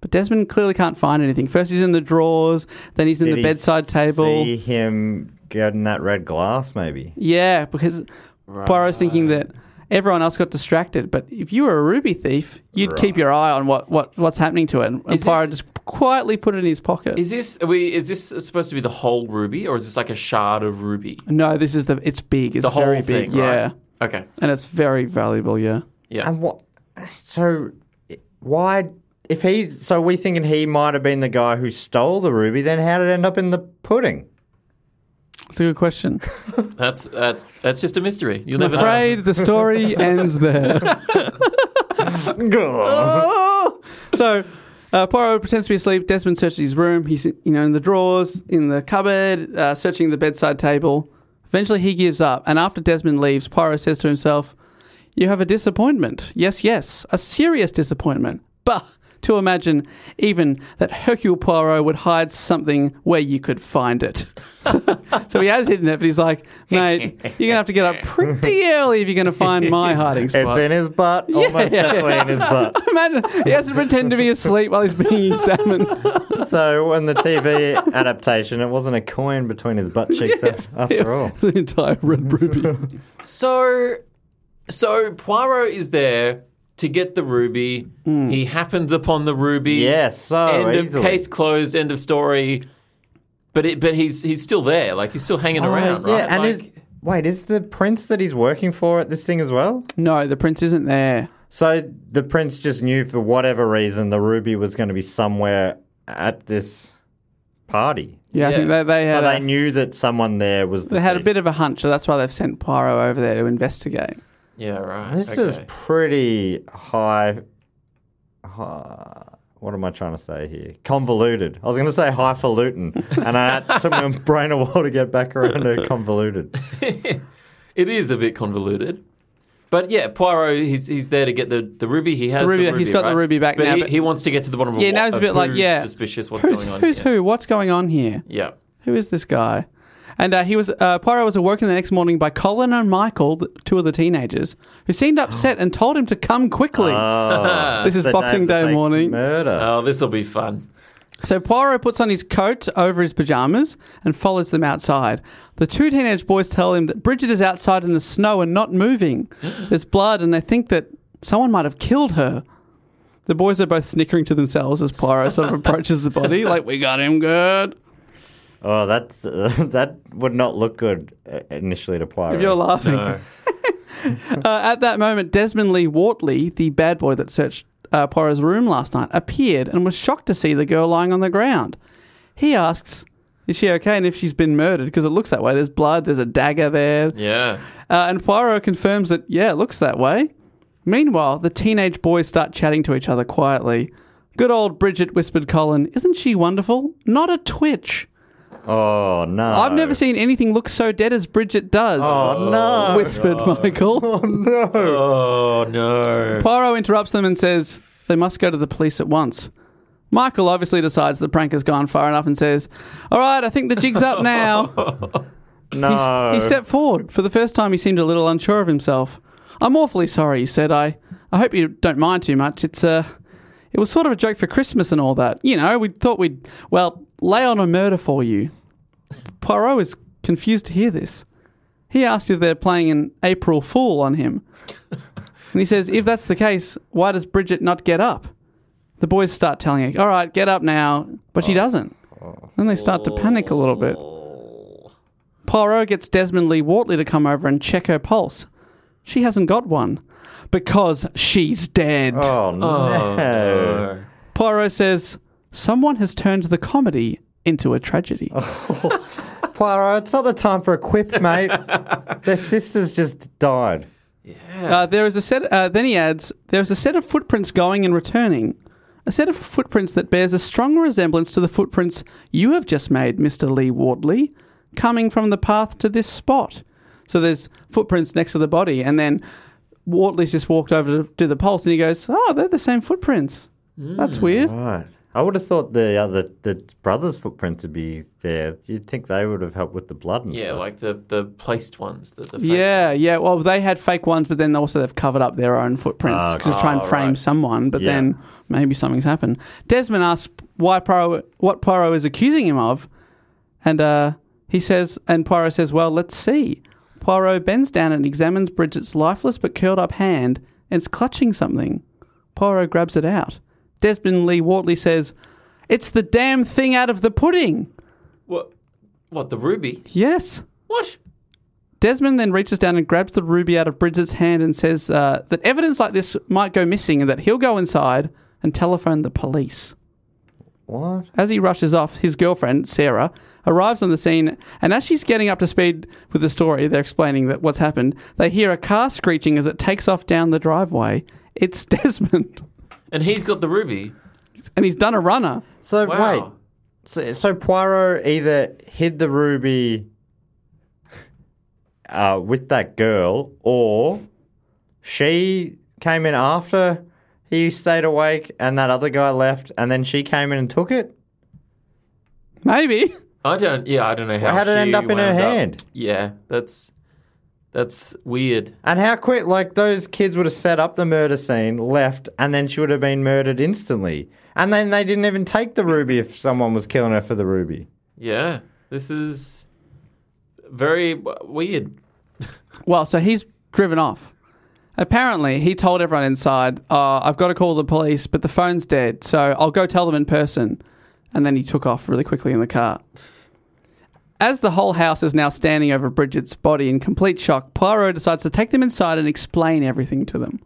But Desmond clearly can't find anything. First, he's in the drawers. Then he's in Did the he bedside table. See him get in that red glass, maybe. Yeah, because Poirot's thinking that everyone else got distracted, but if you were a ruby thief, you'd keep your eye on what, what what's happening to it. And, and Is Poirot this- just quietly put it in his pocket. Is this are we? Is this supposed to be the whole ruby, or is this like a shard of ruby? no, this is the it's big. It's The whole very thing, big. yeah, right? Okay. and it's very valuable. Yeah, Yeah. And what? So, why if he so we thinking he might have been the guy who stole the ruby, then how did it end up in the [laughs] pudding? It's a good question. That's that's that's just a mystery. You'll I'm never know. afraid the story ends there. Oh! [laughs] So uh, Poirot pretends to be asleep. Desmond searches his room. He's you know in the drawers, in the cupboard, uh, searching the bedside table. Eventually, he gives up, and after Desmond leaves, Poirot says to himself, "You have a disappointment. Yes, yes, a serious disappointment. Bah." To imagine even that Hercule Poirot would hide something where you could find it. [laughs] so he has hidden it, but he's like, mate, you're going to have to get up pretty early if you're going to find my hiding spot. [laughs] It's in his butt. Almost definitely in his butt. [laughs] [laughs] Imagine he has to pretend to be asleep while he's being examined. So in the TV adaptation, it wasn't a coin between his butt [laughs] cheeks af- after all. [laughs] the entire red ruby. So so Poirot is there to get the ruby. Hmm. He happens upon the ruby. Yes, so Oh, end easily. of case closed. End of story. But it, but he's he's still there. Like he's still hanging around. Oh, yeah, right? and Like- is, wait, is the prince that he's working for at this thing as well? No, the prince isn't there. So the prince just knew for whatever reason the ruby was going to be somewhere at this party. Yeah, I Yeah. think they, they So had they a, knew that someone there was. The they had a thief. bit of a hunch, so that's why they've sent Poirot over there to investigate. yeah, right. This is okay. pretty high, hi- What am I trying to say here? Convoluted. I was going to [laughs] say highfalutin, and I, it took my brain a while to get back around to convoluted. It is a bit convoluted. But yeah, Poirot, he's he's there to get the, the ruby. He has The the ruby- ruby. he's got the right? ruby back but now, He, but- he wants to get to the bottom of Yeah, what- now it's a of bit like, who's yeah. suspicious. What's Who's, going on? who's here. who? What's going on here? Yeah. Who is this guy? And uh, he was uh, Poirot was awoken the next morning by Colin and Michael, the, two of the teenagers, who seemed upset and told him to come quickly. this is The Boxing of the Day fake morning. Uh, Murder. Oh, this will be fun. So Poirot puts on his coat over his pajamas and follows them outside. The two teenage boys tell him that Bridget is outside in the snow and not moving. There's blood, and they think that someone might have killed her. The boys are both snickering to themselves as Poirot sort of approaches the body, like, we got him good. Oh, that's [laughs] that would not look good uh, initially to Poirot. If you're laughing. [laughs] uh, at that moment, Desmond Lee Wortley, the bad boy that searched uh, Poirot's room last night, appeared and was shocked to see the girl lying on the ground. He asks, Is she okay? And if she's been murdered, because it looks that way. There's blood, there's a dagger there. Yeah. Uh, and Poirot confirms that, yeah, it looks that way. Meanwhile, the teenage boys start chatting to each other quietly. Good old Bridget, whispered Colin. Isn't she wonderful? Not a twitch. oh no! I've never seen anything look so dead as Bridget does. Oh no! Whispered Michael. Oh no. Poirot interrupts them and says they must go to the police at once. Michael obviously decides the prank has gone far enough and says, All right, I think the jig's up now. He, no! he stepped forward. For the first time, he seemed a little unsure of himself. I'm awfully sorry, he said. I, I hope you don't mind too much. It's uh, it was sort of a joke for Christmas and all that. You know, we thought we'd, well, lay on a murder for you. Poirot is confused to hear this. He asked if they're playing an April Fool on him. And he says, if that's the case, why does Bridget not get up? The boys start telling her, all right, get up now. But she doesn't. Then they start to panic a little bit. Poirot gets Desmond Lee Wortley to come over and check her pulse. She hasn't got one because she's dead. oh no! No. Poirot says, Someone has turned the comedy into a tragedy. Poirot, it's not the time for a [laughs] quip, mate. Their sisters just died. Uh, there is a set. Uh, then he adds, "There is a set of footprints going and returning, a set of footprints that bears a strong resemblance to the footprints you have just made, Mister Lee Wardley, coming from the path to this spot." So there's footprints next to the body, and then Wardley's just walked over to do the pulse, and he goes, "Oh, they're the same footprints. That's weird." Right. I would have thought the other the brothers' footprints would be there. You'd think they would have helped with the blood and Yeah, stuff. like the, the placed ones. The, the fake Yeah, yeah. Well, they had fake ones, but then also they've covered up their own footprints Ah, to try and oh, frame someone. But Yeah. then maybe something's happened. Desmond asks why Poirot, what Poirot is accusing him of, and uh, he says, and Poirot says, "Well, let's see." Poirot bends down and examines Bridget's lifeless but curled up hand, and it's clutching something. Poirot grabs it out. Desmond Lee Wortley says, "It's the damn thing out of the pudding." What? What? The ruby? Yes. What? Desmond then reaches down and grabs the ruby out of Bridget's hand and says uh, that evidence like this might go missing and that he'll go inside and telephoned the police. What? As he rushes off, his girlfriend, Sarah, arrives on the scene, and as she's getting up to speed with the story, they're explaining that what's happened. They hear a car screeching as it takes off down the driveway. It's [laughs] Desmond, And he's got the ruby. and he's done a runner. So Wow. wait. So, so Poirot either hid the ruby [laughs] uh, with that girl, or she came in after he stayed awake, and that other guy left, and then she came in and took it. Maybe. I don't. Yeah, I don't know how. How'd it she end up in her wound hand? Yeah, that's that's weird. And how quick, like, those kids would have set up the murder scene, left, and then she would have been murdered instantly. And then they didn't even take the ruby if someone was killing her for the ruby. Yeah, this is very w- weird. Well, so he's driven off. Apparently, he told everyone inside, uh, I've got to call the police, but the phone's dead, so I'll go tell them in person. And then he took off really quickly in the car. As the whole house is now standing over Bridget's body in complete shock, Poirot decides to take them inside and explain everything to them.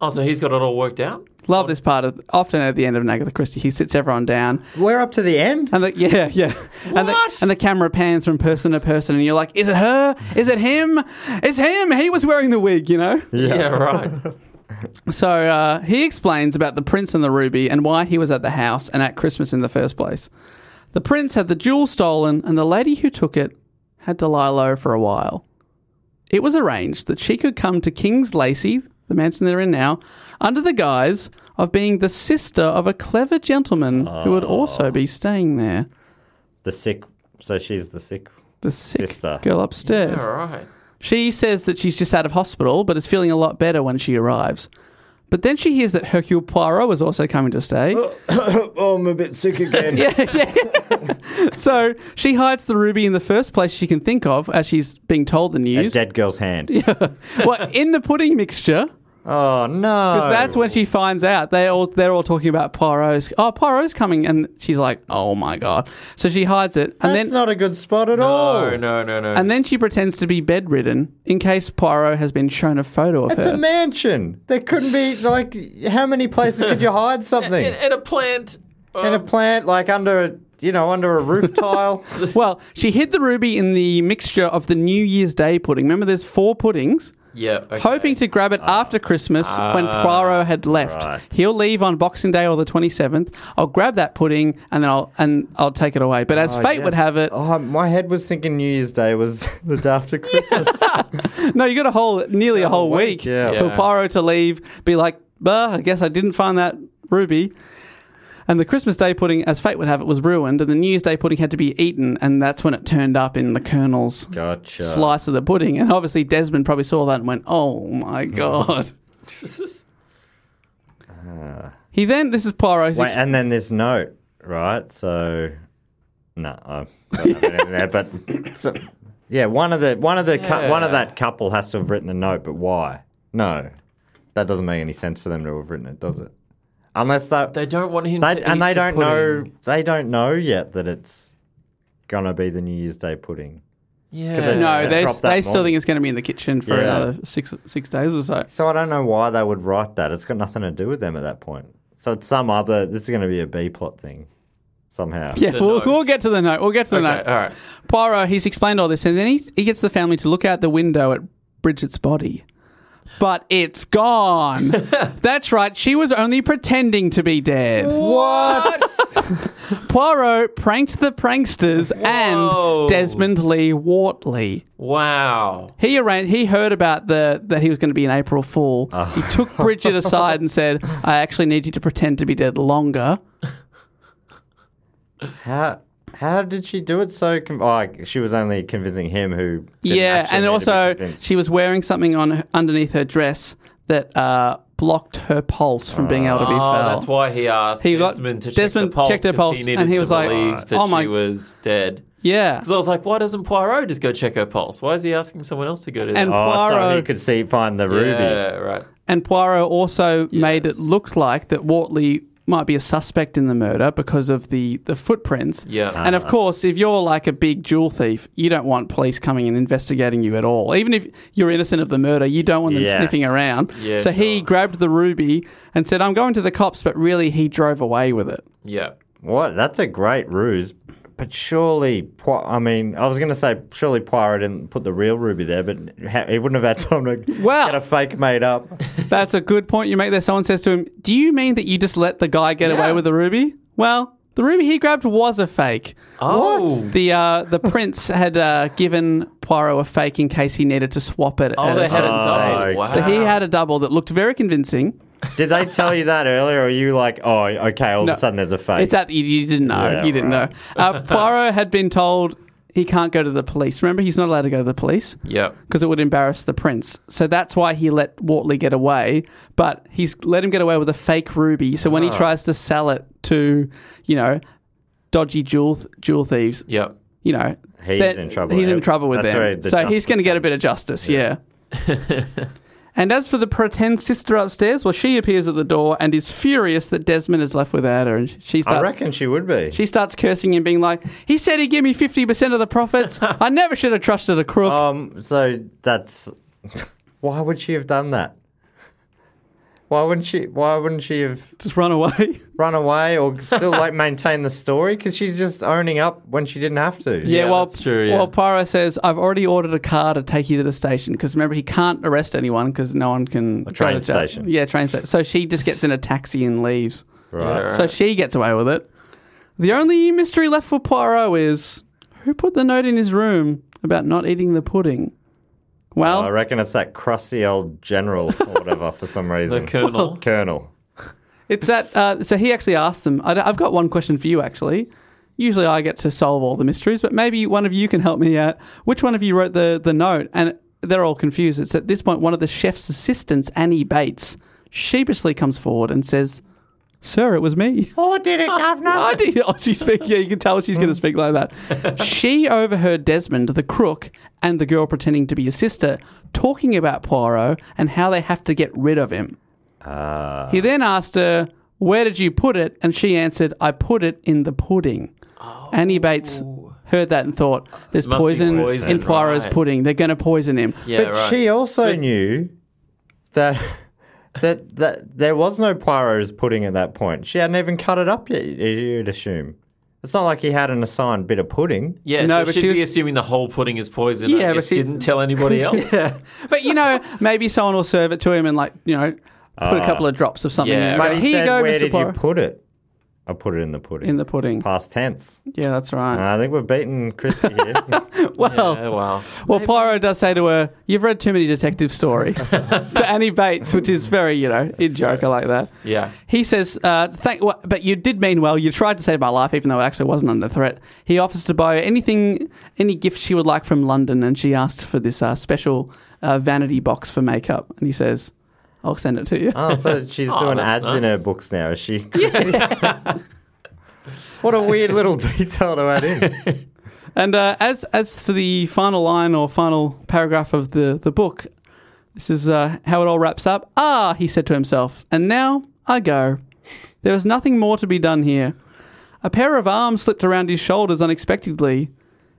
Oh, so he's got it all worked out. Love this part of often at the end of an Agatha Christie, he sits everyone down We're up to the end? and the, yeah, [laughs] yeah. And, The, and the camera pans from person to person, and you're like, is it her? Is it him? It's him. He was wearing the wig, you know? [laughs] Yeah, right. So uh, he explains about the prince and the ruby and why he was at the house and at Christmas in the first place. The prince had the jewel stolen, and the lady who took it had to lie low for a while. It was arranged that she could come to King's Lacey, the mansion they're in now, under the guise of being the sister of a clever gentleman who would also be staying there. The sick. So she's the sick. The sick Sister. girl upstairs. All right. She says that she's just out of hospital, but is feeling a lot better when she arrives. But then she hears that Hercule Poirot is also coming to stay. Oh, I'm a bit sick [laughs] again. So she hides the ruby in the first place she can think of as she's being told the A news. [laughs] dead girl's hand. well, in the pudding mixture, Oh, no. because that's when she finds out they all they're all talking about Poirot's. Oh, Poirot's coming, and she's like, "Oh my god!" So she hides it, and That's then not a good spot at all. Oh no, no, no. and then she pretends to be bedridden in case Poirot has been shown a photo of It's her. a mansion. There [laughs] couldn't be, like, how many places could you hide something? and a plant. In a plant, like, under, a, you know, under [laughs] a roof tile. well, she hid the ruby in the mixture of the New Year's Day pudding. Remember, there's four puddings. Yeah. Okay. hoping to grab it after Christmas when Poirot had left. He'll leave on Boxing Day or the 27th. I'll grab that pudding and then I'll and I'll take it away. But as fate would have it, Oh, my head was thinking New Year's Day was [laughs] the day after Christmas. no, you got a whole nearly a whole week, week, yeah. for Yeah. Poirot to leave. Be like, bah, I guess I didn't find that ruby. And the Christmas Day pudding, as fate would have it, was ruined, and the New Year's Day pudding had to be eaten, and that's when it turned up in the Colonel's Gotcha. slice of the pudding. And obviously, Desmond probably saw that and went, "Oh Hmm. my [laughs] god." [laughs] He then, this is Poirot. Wait, and then there's note, right? So, no, I don't have anything there. [laughs] But so, yeah, one of the one of the cou- one of Yeah. that couple has to have written a note, but why? No, that doesn't make any sense for them to have written it, does it? Unless that They don't want him. they, to and eat they the don't know pudding. they don't know yet that it's gonna be the New Year's Day pudding. Yeah. no, they, dropped that they still morning. think it's going to be in the kitchen for Yeah. another six six days or so. So I don't know why they would write that. It's got nothing to do with them at that point. So it's some other. This is going to be a B plot thing, somehow. Yeah, we'll, note. we'll get to the note. We'll get to the Okay, note. all right. Poirot, he's explained all this, and then he, he gets the family to look out the window at Bridget's body. But it's gone. That's right. She was only pretending to be dead. What? [laughs] Poirot pranked the pranksters Whoa. and Desmond Lee Wortley. Wow. He arranged, he heard about the that he was going to be an April Fool. He took Bridget aside and said, "I actually need you to pretend to be dead longer." How how did she do it so? Com- oh, she was only convincing him who. didn't yeah, actually and need to be also convinced. she was wearing something on her- underneath her dress that uh, blocked her pulse from being able to be Oh, felt. that's why he asked He got- Desmond to check Desmond the pulse checked her 'cause pulse he and needed he to was like, believe that "Oh my- she was dead. Yeah, Because I was like, why doesn't Poirot just go check her pulse? Why is he asking someone else to go do that? And Oh, Oh, so he Poirot- could see find the yeah, ruby. right. and Poirot also made it Yes. look like that Wortley might be a suspect in the murder because of the, the footprints. Yeah. Uh-huh. And of course, if you're like a big jewel thief, you don't want police coming and investigating you at all. Even if you're innocent of the murder, you don't want them Yes. sniffing around. Yeah, so he sure. grabbed the ruby and said, I'm going to the cops, but really he drove away with it. Yeah. What? That's a great ruse. But surely, Poi- I mean, I was going to say surely Poirot didn't put the real ruby there, but ha- he wouldn't have had time to Well- get a fake made up. That's a good point you make there. Someone says to him, Do you mean that you just let the guy get away with the ruby? Well, the ruby he grabbed was a fake. Oh. The uh, the prince had uh, given Poirot a fake in case he needed to swap it. Oh, at they a had it certain doubled. stage. Wow. So he had a double that looked very convincing. Did they tell you that earlier? Or are you like, oh, okay, all No. of a sudden there's a fake? It's that you, you didn't know. Yeah, you didn't right. know. Uh, Poirot had been told he can't go to the police. Remember, he's not allowed to go to the police. Yeah. because it would embarrass the prince. So that's why he let Wortley get away, but he's let him get away with a fake ruby. So when Ah. he tries to sell it to, you know, dodgy jewel jewel thieves, Yeah. you know, He's they're- in trouble. eh? He's in trouble with That's where them. the so he's justice going to get a bit of justice. Yeah. [laughs] and as for the pretend sister upstairs, well, she appears at the door and is furious that Desmond is left without her, and she I starts. reckon she would be. she starts cursing and being like, "He said he'd give me fifty percent of the [laughs] profits. I never should have trusted a crook." Um, so that's [laughs] why would she have done that? Why wouldn't she? Why wouldn't she have Just run away. run away or still like [laughs] maintain the story? Because she's just owning up when she didn't have to. Yeah, Yeah, well, that's true, yeah. well, Pyro says I've already ordered a car to take you to the station because remember he can't arrest anyone because no one can. go to train jail. station. Yeah, train station. So she just gets in a taxi and leaves. Right. So she gets away with it. The only mystery left for Poirot is who put the note in his room about not eating the pudding. Well, Oh, I reckon it's that crusty old general or whatever [laughs] for some The reason. colonel. Colonel. It's that. Uh, so he actually asked them. I, have got one question for you, actually. Usually I get to solve all the mysteries, but maybe one of you can help me out. Which one of you wrote the, the note? And they're all confused. It's at this point one of the chef's assistants, Annie Bates, sheepishly comes forward and says, Sir, it was me. Oh, did it, governor? [laughs] I did. Oh, she speaks. Yeah, you can tell she's going to speak like [laughs] that. She overheard Desmond, the crook, and the girl pretending to be his sister talking about Poirot and how they have to get rid of him. Ah. He then asked her, Where did you put it? And she answered, I put it in the pudding. Annie Bates heard that and thought, There's Oh. Must be poison, poison, in Poirot's right. pudding. They're going to poison him. Yeah, but right. she also knew that [laughs] that that there was no Poirot's pudding at that point. She hadn't even cut it up yet. you- You'd assume it's not like he had an assigned bit of pudding. yeah, No, so but she'd she be was- assuming the whole pudding is poison. Yeah, Yeah, I but guess she's- didn't [laughs] tell anybody else. Oh, yeah. But you know, maybe someone will serve it to him and, like, you know, put a couple of drops of something Ah. yeah. in But there. But he Here said, you go, "Where Mr. did you Poirot. put it?" I put it in the pudding. in the pudding. past tense. Yeah, that's right. And I think we've beaten Christy [laughs] here. Well, wow. well, Poirot does say to her, "You've read too many detective story." to Annie Bates, which is very, you know, in joker like that. Yeah. He says, uh, "Thank, well, but you did mean well. You tried to save my life, even though it actually wasn't under threat." He offers to buy her anything, any gift she would like from London, and she asks for this uh, special uh, vanity box for makeup, and he says, "I'll send it to you." oh, so [laughs] she's doing ads that's in her nice. books now, [laughs] is she? what a weird little [laughs] detail to add in. And uh, as as for the final line or final paragraph of the the book, this is uh, how it all wraps up. Ah, he said to himself, and now I go. There is nothing more to be done here. A pair of arms slipped around his shoulders unexpectedly.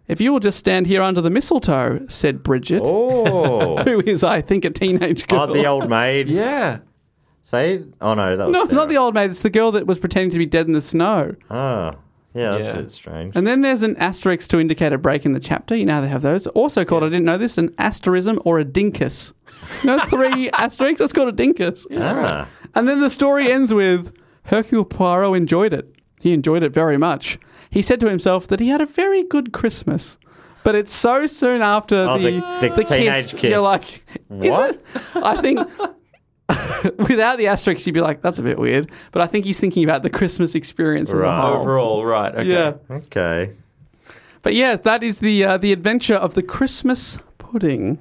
If you will just stand here under the mistletoe, said Bridget, Oh. who is, I think, a teenage girl. Oh, the old maid. Yeah. See? Oh, no. That was no, Sarah. [laughs] not the old maid. It's the girl that was pretending to be dead in the snow. Oh. Yeah, that's Yeah. a bit strange. And then there's an asterisk to indicate a break in the chapter. You know how they have those. Also called, I didn't know this, an asterism or a dinkus. No [laughs] three asterisks, that's called a dinkus. Ah. And then the story ends with Hercule Poirot enjoyed it. He enjoyed it very much. He said to himself that he had a very good Christmas. But it's so soon after Oh, the, the- the teenage kiss. You're like, is What? it? I think [laughs] without the asterisks, you'd be like, that's a bit weird. But I think he's thinking about the Christmas experience as Right. a whole. Overall, right. Okay. Yeah. Okay. But yes, that is the uh, the adventure of the Christmas pudding.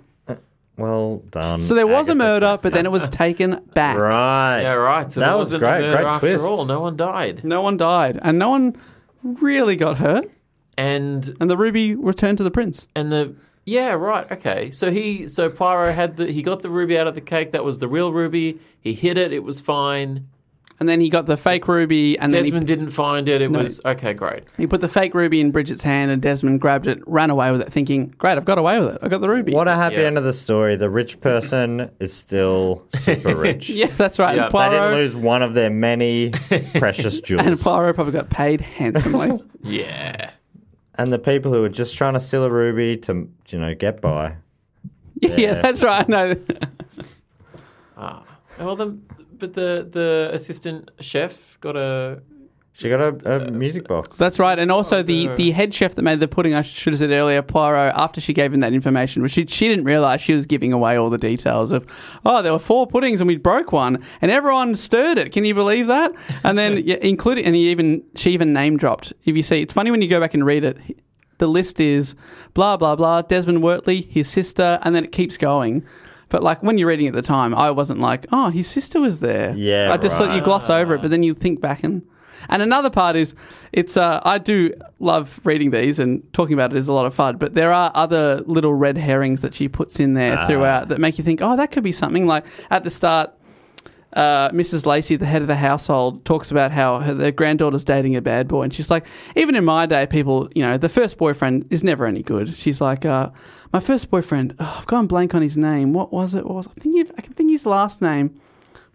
Well done. So there was a Um, Agatha murder, Christie. but then it was taken back. Right. Yeah, right. So that there was wasn't a great. murder Great after twist. all. No one died. No one died, and no one really got hurt. And And the ruby returned to the prince. and the yeah, right. Okay. So he so Pyro had the he got the ruby out of the cake. That was the real ruby. He hid it. It was fine. And then he got the fake ruby, and then Desmond he, didn't find it. It was okay, great. he put the fake ruby in Bridget's hand, and Desmond grabbed it, ran away with it, thinking, "Great, I've got away with it. I got the ruby." What a happy Yeah. end of the story. The rich person is still [laughs] super [laughs] rich. yeah, that's right. Yeah, and they They didn't Poirot, lose one of [laughs] their many precious jewels. and And, Poirot probably got paid [laughs] handsomely. [laughs] Yeah. the people who were just trying to steal a ruby to, you know, get by. yeah. that's right. No, Oh, Well, the but the the assistant chef got a She got Uh, a, a music box. that's right. And also the, the head chef that made the pudding, I should have said earlier, Poirot, after she gave him that information, which she, she didn't realize she was giving away all the details of, oh, there were four puddings and we broke one, and everyone stirred it. Can you believe that? And then [laughs] yeah, including, and he even she even name dropped. If you see, it's funny when you go back and read it. The list is blah blah blah. Desmond Wortley, his sister, and then it keeps going. But like when you're reading at the time, I wasn't like, oh, his sister was there. Yeah, I just thought you right. gloss over it, but then you think back and and another part is it's uh, I do love reading these and talking about it is a lot of fun, but there are other little red herrings that she puts in there throughout that make you think, oh, that could be something. Like at the start, uh, Mrs. Lacey, the head of the household, talks about how her, their granddaughter's dating a bad boy. And she's like, even in my day, people, you know, the first boyfriend is never any good. She's like, uh, my first boyfriend, oh, I've gone blank on his name. What was it? What was I, think if- I can think his last name.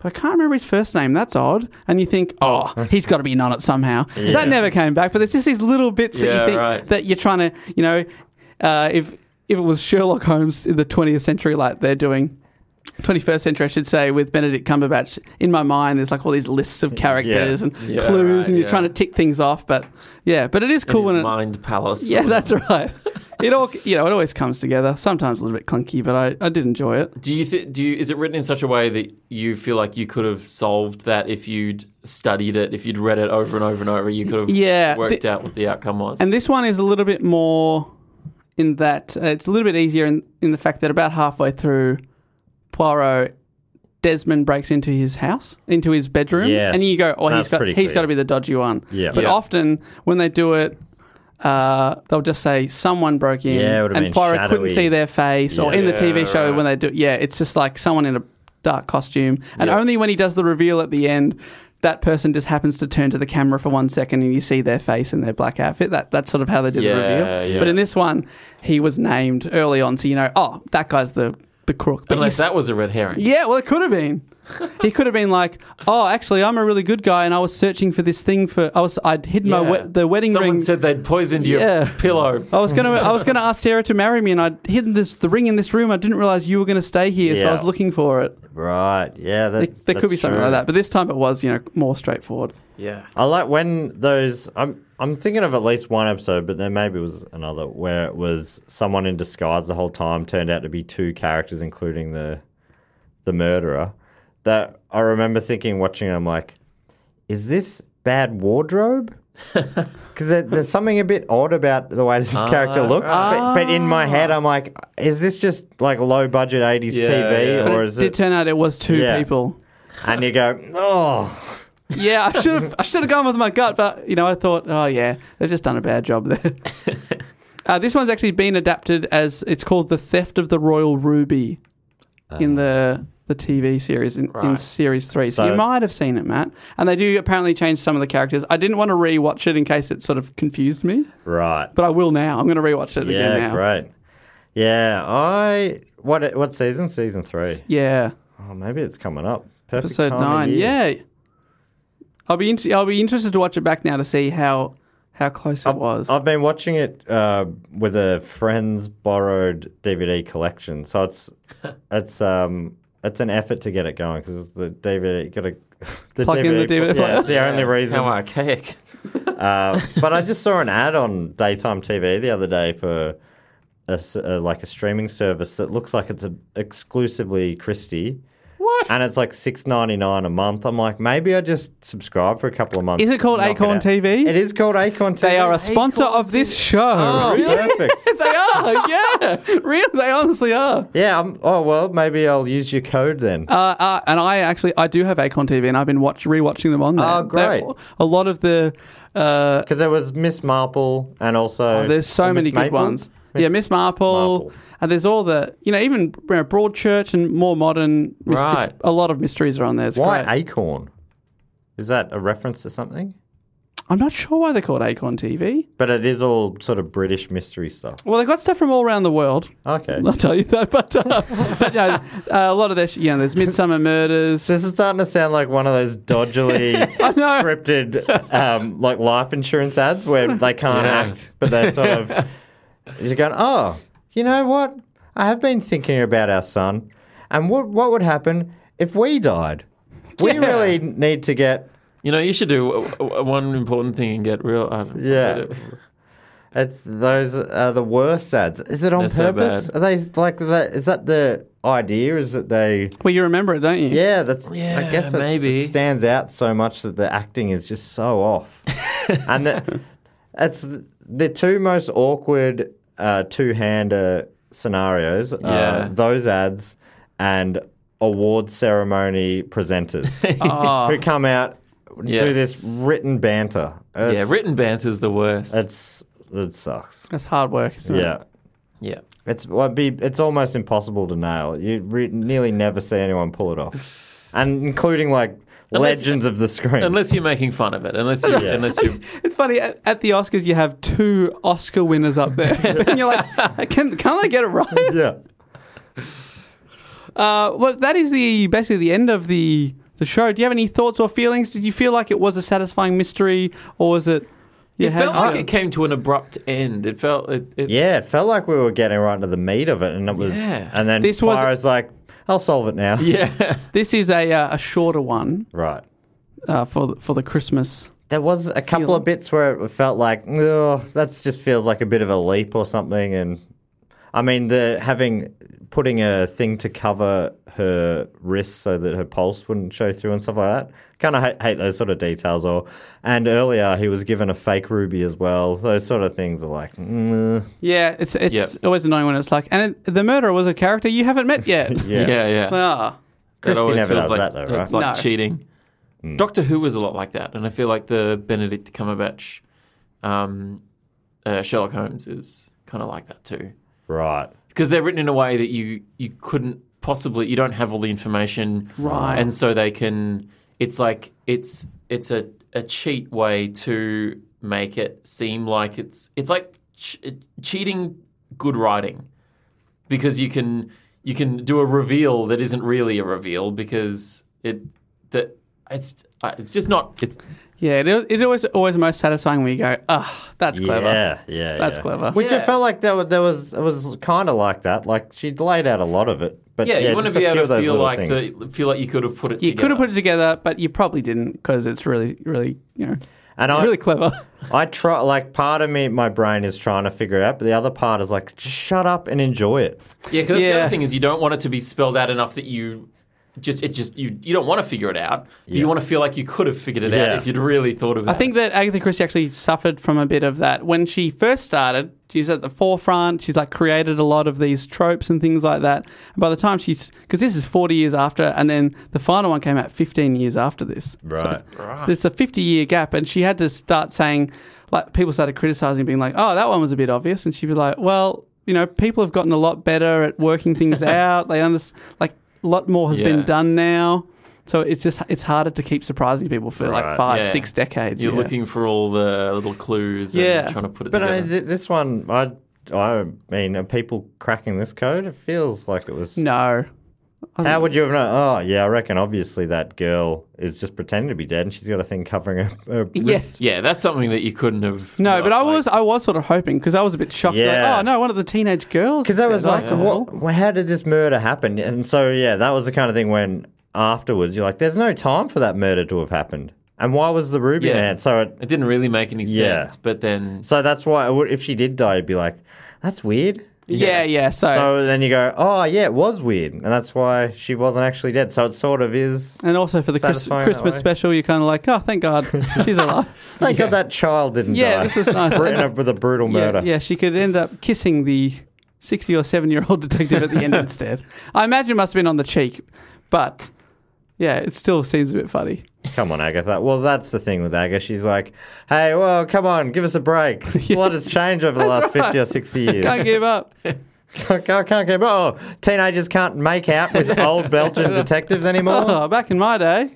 But I can't remember his first name. That's odd. And you think, [laughs] oh, he's got to be in on it somehow. That never came back. But there's just these little bits that you Yeah, think right. that you're trying to, you know, uh, if if it was Sherlock Holmes in the 20th century, like they're doing, 21st century, I should say, with Benedict Cumberbatch. In my mind, there's like all these lists of characters and Yeah, clues, right, and you're yeah. trying to tick things off. But yeah, but it is cool his when it, mind palace. yeah, that's right. [laughs] It all, you know, it always comes together. Sometimes a little bit clunky, but I, I did enjoy it. Do you thi- do you, is it written in such a way that you feel like you could have solved that if you'd studied it, if you'd read it over and over and over, you could have Yeah, worked the- out what the outcome was. And this one is a little bit more in that uh, it's a little bit easier in, in the fact that about halfway through, Poirot Desmond breaks into his house, into his bedroom, Yes. and you go, "Oh, he's That's got pretty he's clear. got to be the dodgy one." Yeah. But Yeah. often when they do it. Uh, they'll just say someone broke in, Yeah, it would've and been Poirot couldn't shadowy. see their face, or in the TV show right. when they do. Yeah, it's just like someone in a dark costume, and only when he does the reveal at the end, that person just happens to turn to the camera for one second, and you see their face in their black outfit. That that's sort of how they did the Yeah, reveal. yeah. But in this one, he was named early on, so you know, oh, that guy's the the crook. But Unless you- that was a red herring. yeah, well, it could have been. he could have been like, "Oh, actually, I'm a really good guy, and I was searching for this thing for I was I'd hid my Yeah. we- the wedding Someone ring. said they'd poisoned your Yeah. Oh. pillow. I was gonna I was gonna ask Sarah to marry me, and I'd hidden this the ring in this room. I didn't realize you were gonna stay here, so I Yeah. was looking for it. Right. Yeah. There, That's, there could that's be something true. like that, but this time it was you know more straightforward. Yeah. I like when those. I'm I'm thinking of at least one episode, but there maybe was another where it was someone in disguise the whole time turned out to be two characters, including the the murderer. That I remember thinking, watching, I'm like, is this bad wardrobe? Because there, there's something a bit odd about the way this character looks. But, but in my head, I'm like, is this just like low budget 80s Yeah, TV, yeah. But or it is did it? turn out it was two Yeah. people. and you go, oh. Yeah, I should have I should have gone with my gut, but you know I thought, oh yeah, they've just done a bad job [laughs] there. uh, this one's actually been adapted as it's called the Theft of the Royal Ruby Ah. in the the TV series in, in series three. So, you So- might have seen it, Matt. And they do apparently change some of the characters. I didn't want to re-watch it in case it sort of confused me, Right. but I will now. I'm going to re-watch it yeah, again now. great. Yeah, I what what season? Season three. Yeah, Oh, maybe it's coming up. Perfect episode time of nine. year. Yeah, I'll be inter- I'll be interested to watch it back now to see how how close it was. I've been watching it uh, with a friend's borrowed DVD collection, [laughs] so it's it's um it's an effort to get it going because the DVD you got to [laughs] the Plug in the DVD Yeah, player. it's the only reason. How archaic. Uh, but I just saw an ad on daytime TV the other day for a s uh, like a streaming service that looks like it's a, exclusively Christie. What? And it's like six ninety nine a month. I'm like, maybe I just subscribe for a couple of months. Is it called knock Acorn out. TV? It is called Acorn TV. They are a sponsor of this show. Oh, [laughs] perfect. they are, yeah. [laughs] Real, they honestly are. Yeah. I'm, oh well, maybe I'll use your code then. Uh, uh, and I actually I do have Acon TV, and I've been watch rewatching them on there. Oh, great. They're- a lot of the uh, Because there was Miss Marple and also Oh, there's so or oh, Miss many good Maple? ones. yeah, Miss Marple, Marple. and there's all the you know even you know, Broadchurch and more modern. mys- it's- Right. a lot of mysteries are on there. It's Why great. Acorn? Is that a reference to something? I'm not sure why they're called Acorn TV. But it is all sort of British mystery stuff. Well, they've got stuff from all around the [laughs] world. Okay. I'll tell you that, but, uh, [laughs] but you know, uh, a lot of their, sh- you know, there's Midsummer Murders. This is starting to sound like one of those dodgily [laughs] scripted, um, like life insurance ads where they can't act, but they [laughs] sort of you're going, oh, you know what? I have been thinking about our son, and what what would happen if we died? We really need to get You know, you should do w- w- one important thing and get real. I don't- Yeah. It's uh, those are the worst ads. Is it on They're so purpose? bad. are they like that? Is that the idea? Is that they? Well, you remember it, don't you? Yeah, that's. I Yeah, guess that's, maybe. it stands out so much that the acting is just so [laughs] off, and the, it's the two most awkward uh, two-hander scenarios. Uh, Yeah. those ads and award [laughs] ceremony presenters who come out do Oh. Yes. this written banter. It's, Yeah, written banter's the worst. It's it sucks. That's hard work, isn't it? Yeah. yeah. It's well, it'd be it's almost impossible to nail. You re- nearly never see anyone pull it off, and including like Unless- legends of the screen. Unless you're making fun of it. Unless you Yeah. unless you It's funny, at, at the Oscars, you have two Oscar winners up there. [laughs] and you're like, can, can't I get it right? yeah, Uh, well, that is the basically the end of the, the show. Do you have any thoughts or feelings? Did you feel like it was a satisfying mystery, or was [laughs] it. you It had- felt like it came to an abrupt end. It felt it, it yeah, it felt like we were getting right into the meat of it, and it was. Yeah. And then This this was- was like, I'll solve it now. yeah. This is a, uh, a shorter one Right. uh, for, the, for the Christmas. There was a couple Feel- of bits where it felt like, oh, that just feels like a bit of a leap or something. And I mean, the having putting a thing to cover her wrist so that her pulse wouldn't show through and stuff like that. Kind of hate, hate those sort of details. Or and earlier he was given a fake ruby as well. Those sort of things are like, mm, Yeah, it's, it's Yep. always annoying when it's like, and it, the murderer was a character you haven't met yet. [laughs] Yeah, [laughs] yeah. Ah. That Christy always never feels does like, that though, right? Hmm. It's like No. cheating. Doctor Who was a lot like that, and I feel like the Benedict Cumberbatch, um, uh, Sherlock Holmes is kind of like that too, right. because they're written in a way that you you couldn't possibly you don't have all the information, Right. And so they can. It's like it's it's a a cheat way to make it seem like it's it's like ch- cheating good writing because you can you can do a reveal that isn't really a reveal because it that it's uh, it's just not it's Yeah, it, it always always most satisfying when you go, ah, that's clever. Yeah, yeah, That's yeah. clever. Which Yeah. it felt like there was, there was it was kind of like that. Like she'd laid out a lot of it, but yeah, you want to just a be few able to of those feel little like things. the, feel like you could have put it You together. could have put it together, but you probably didn't because it's really, really, you know, And I- really clever. I try, like, part of me, my brain is trying to figure it out, but the other part is like, just shut up and enjoy it. yeah because the Yeah. other thing is you don't want it to be spelled out enough that you just it just you you don't want to figure it out but you want to feel like you could have figured it Yeah. out if you'd really thought of it I think that Agatha Christie actually suffered from a bit of that when she first started. She was at the forefront. She's like created a lot of these tropes and things like that. And by the time she's, because this is forty years after, and then the final one came out fifteen years after this. Right. There's a fifty year gap, and she had to start saying, like people started criticizing, being like, "Oh, that one was a bit obvious," and she'd be like, "Well, you know, people have gotten a lot better at working things out. They understand, like, a lot more has been Yeah. done now." So it's just it's harder to keep surprising people for like Right. five, Yeah. six decades. you're yeah. looking for all the little clues Yeah. and trying to put it But together I, th- this one, I, I mean, are people cracking this code? It feels like it was. No. How would you have known? Oh, yeah, I reckon obviously that girl is just pretending to be dead and she's got a thing covering her, her Yeah. wrist. yeah that's something that you couldn't have No, but I like- was I was sort of hoping because I was a bit shocked. Yeah. Like, oh no, one of the teenage girls. Because that was did like, it." what, well, how did this murder happen? And so, yeah, that was the kind of thing when afterwards you're like, there's no time for that murder to have happened. And why was the Ruby Yeah. in it? So it it didn't really make any Yeah. sense but then So that's why I would- if she did die, it'd be like, that's weird. Yeah, yeah. So, So then you go, oh yeah, it was weird, and that's why she wasn't actually dead. So it sort of is. and also for the Chris, Satisfying that Christmas way. special, you're kind of like, oh, thank God, [laughs] she's alive. Thank God "Oh, that child didn't Yeah, die. this was [laughs] nice. Br- in a- with a brutal murder. yeah, yeah, she could end up kissing the sixty or seven year old detective at the [laughs] end instead. I imagine it must have been on the cheek, but yeah, it still seems a bit funny. Come on, Agatha. Well, that's the thing with Agatha. She's like, hey, well, come on, give us [laughs] a break. A lot has changed over the last fifty or sixty years. Can't give up. I [laughs] can't, can't get. Oh, [laughs] teenagers can't make out with old Belgian detectives anymore. Oh, back in my day.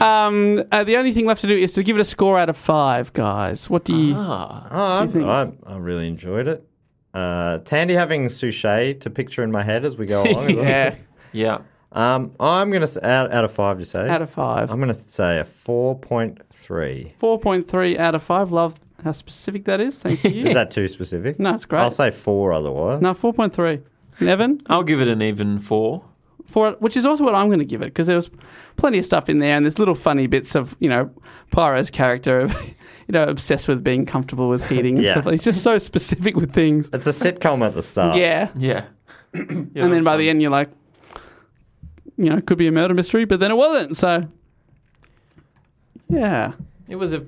Um, uh, the only thing left to do is to give it a score out of five, guys. What do you? Oh, I, I really enjoyed it. Uh, Tandy having Suchet to picture in my head as we go [laughs] along. yeah. Yeah. Um, I'm gonna s- out, out of five. You say Out of five. I'm gonna say a four point three. Four point three out of five. Love how specific that is. Thank [laughs] you. Is that too specific? No, it's great. I'll say four otherwise. no, four point three. Nevin, I'll give it an even four. for which is also what I'm going to give it because there was plenty of stuff in there and there's little funny bits of you know Pyro's character, [laughs] of, you know, obsessed with being comfortable with heating and Yeah. stuff. He's just so specific with things. It's a sitcom at the start. yeah. Yeah. Yeah, and then that's by fine. the end you're like, you know, could be a murder mystery, but then it wasn't. So, yeah, it was a,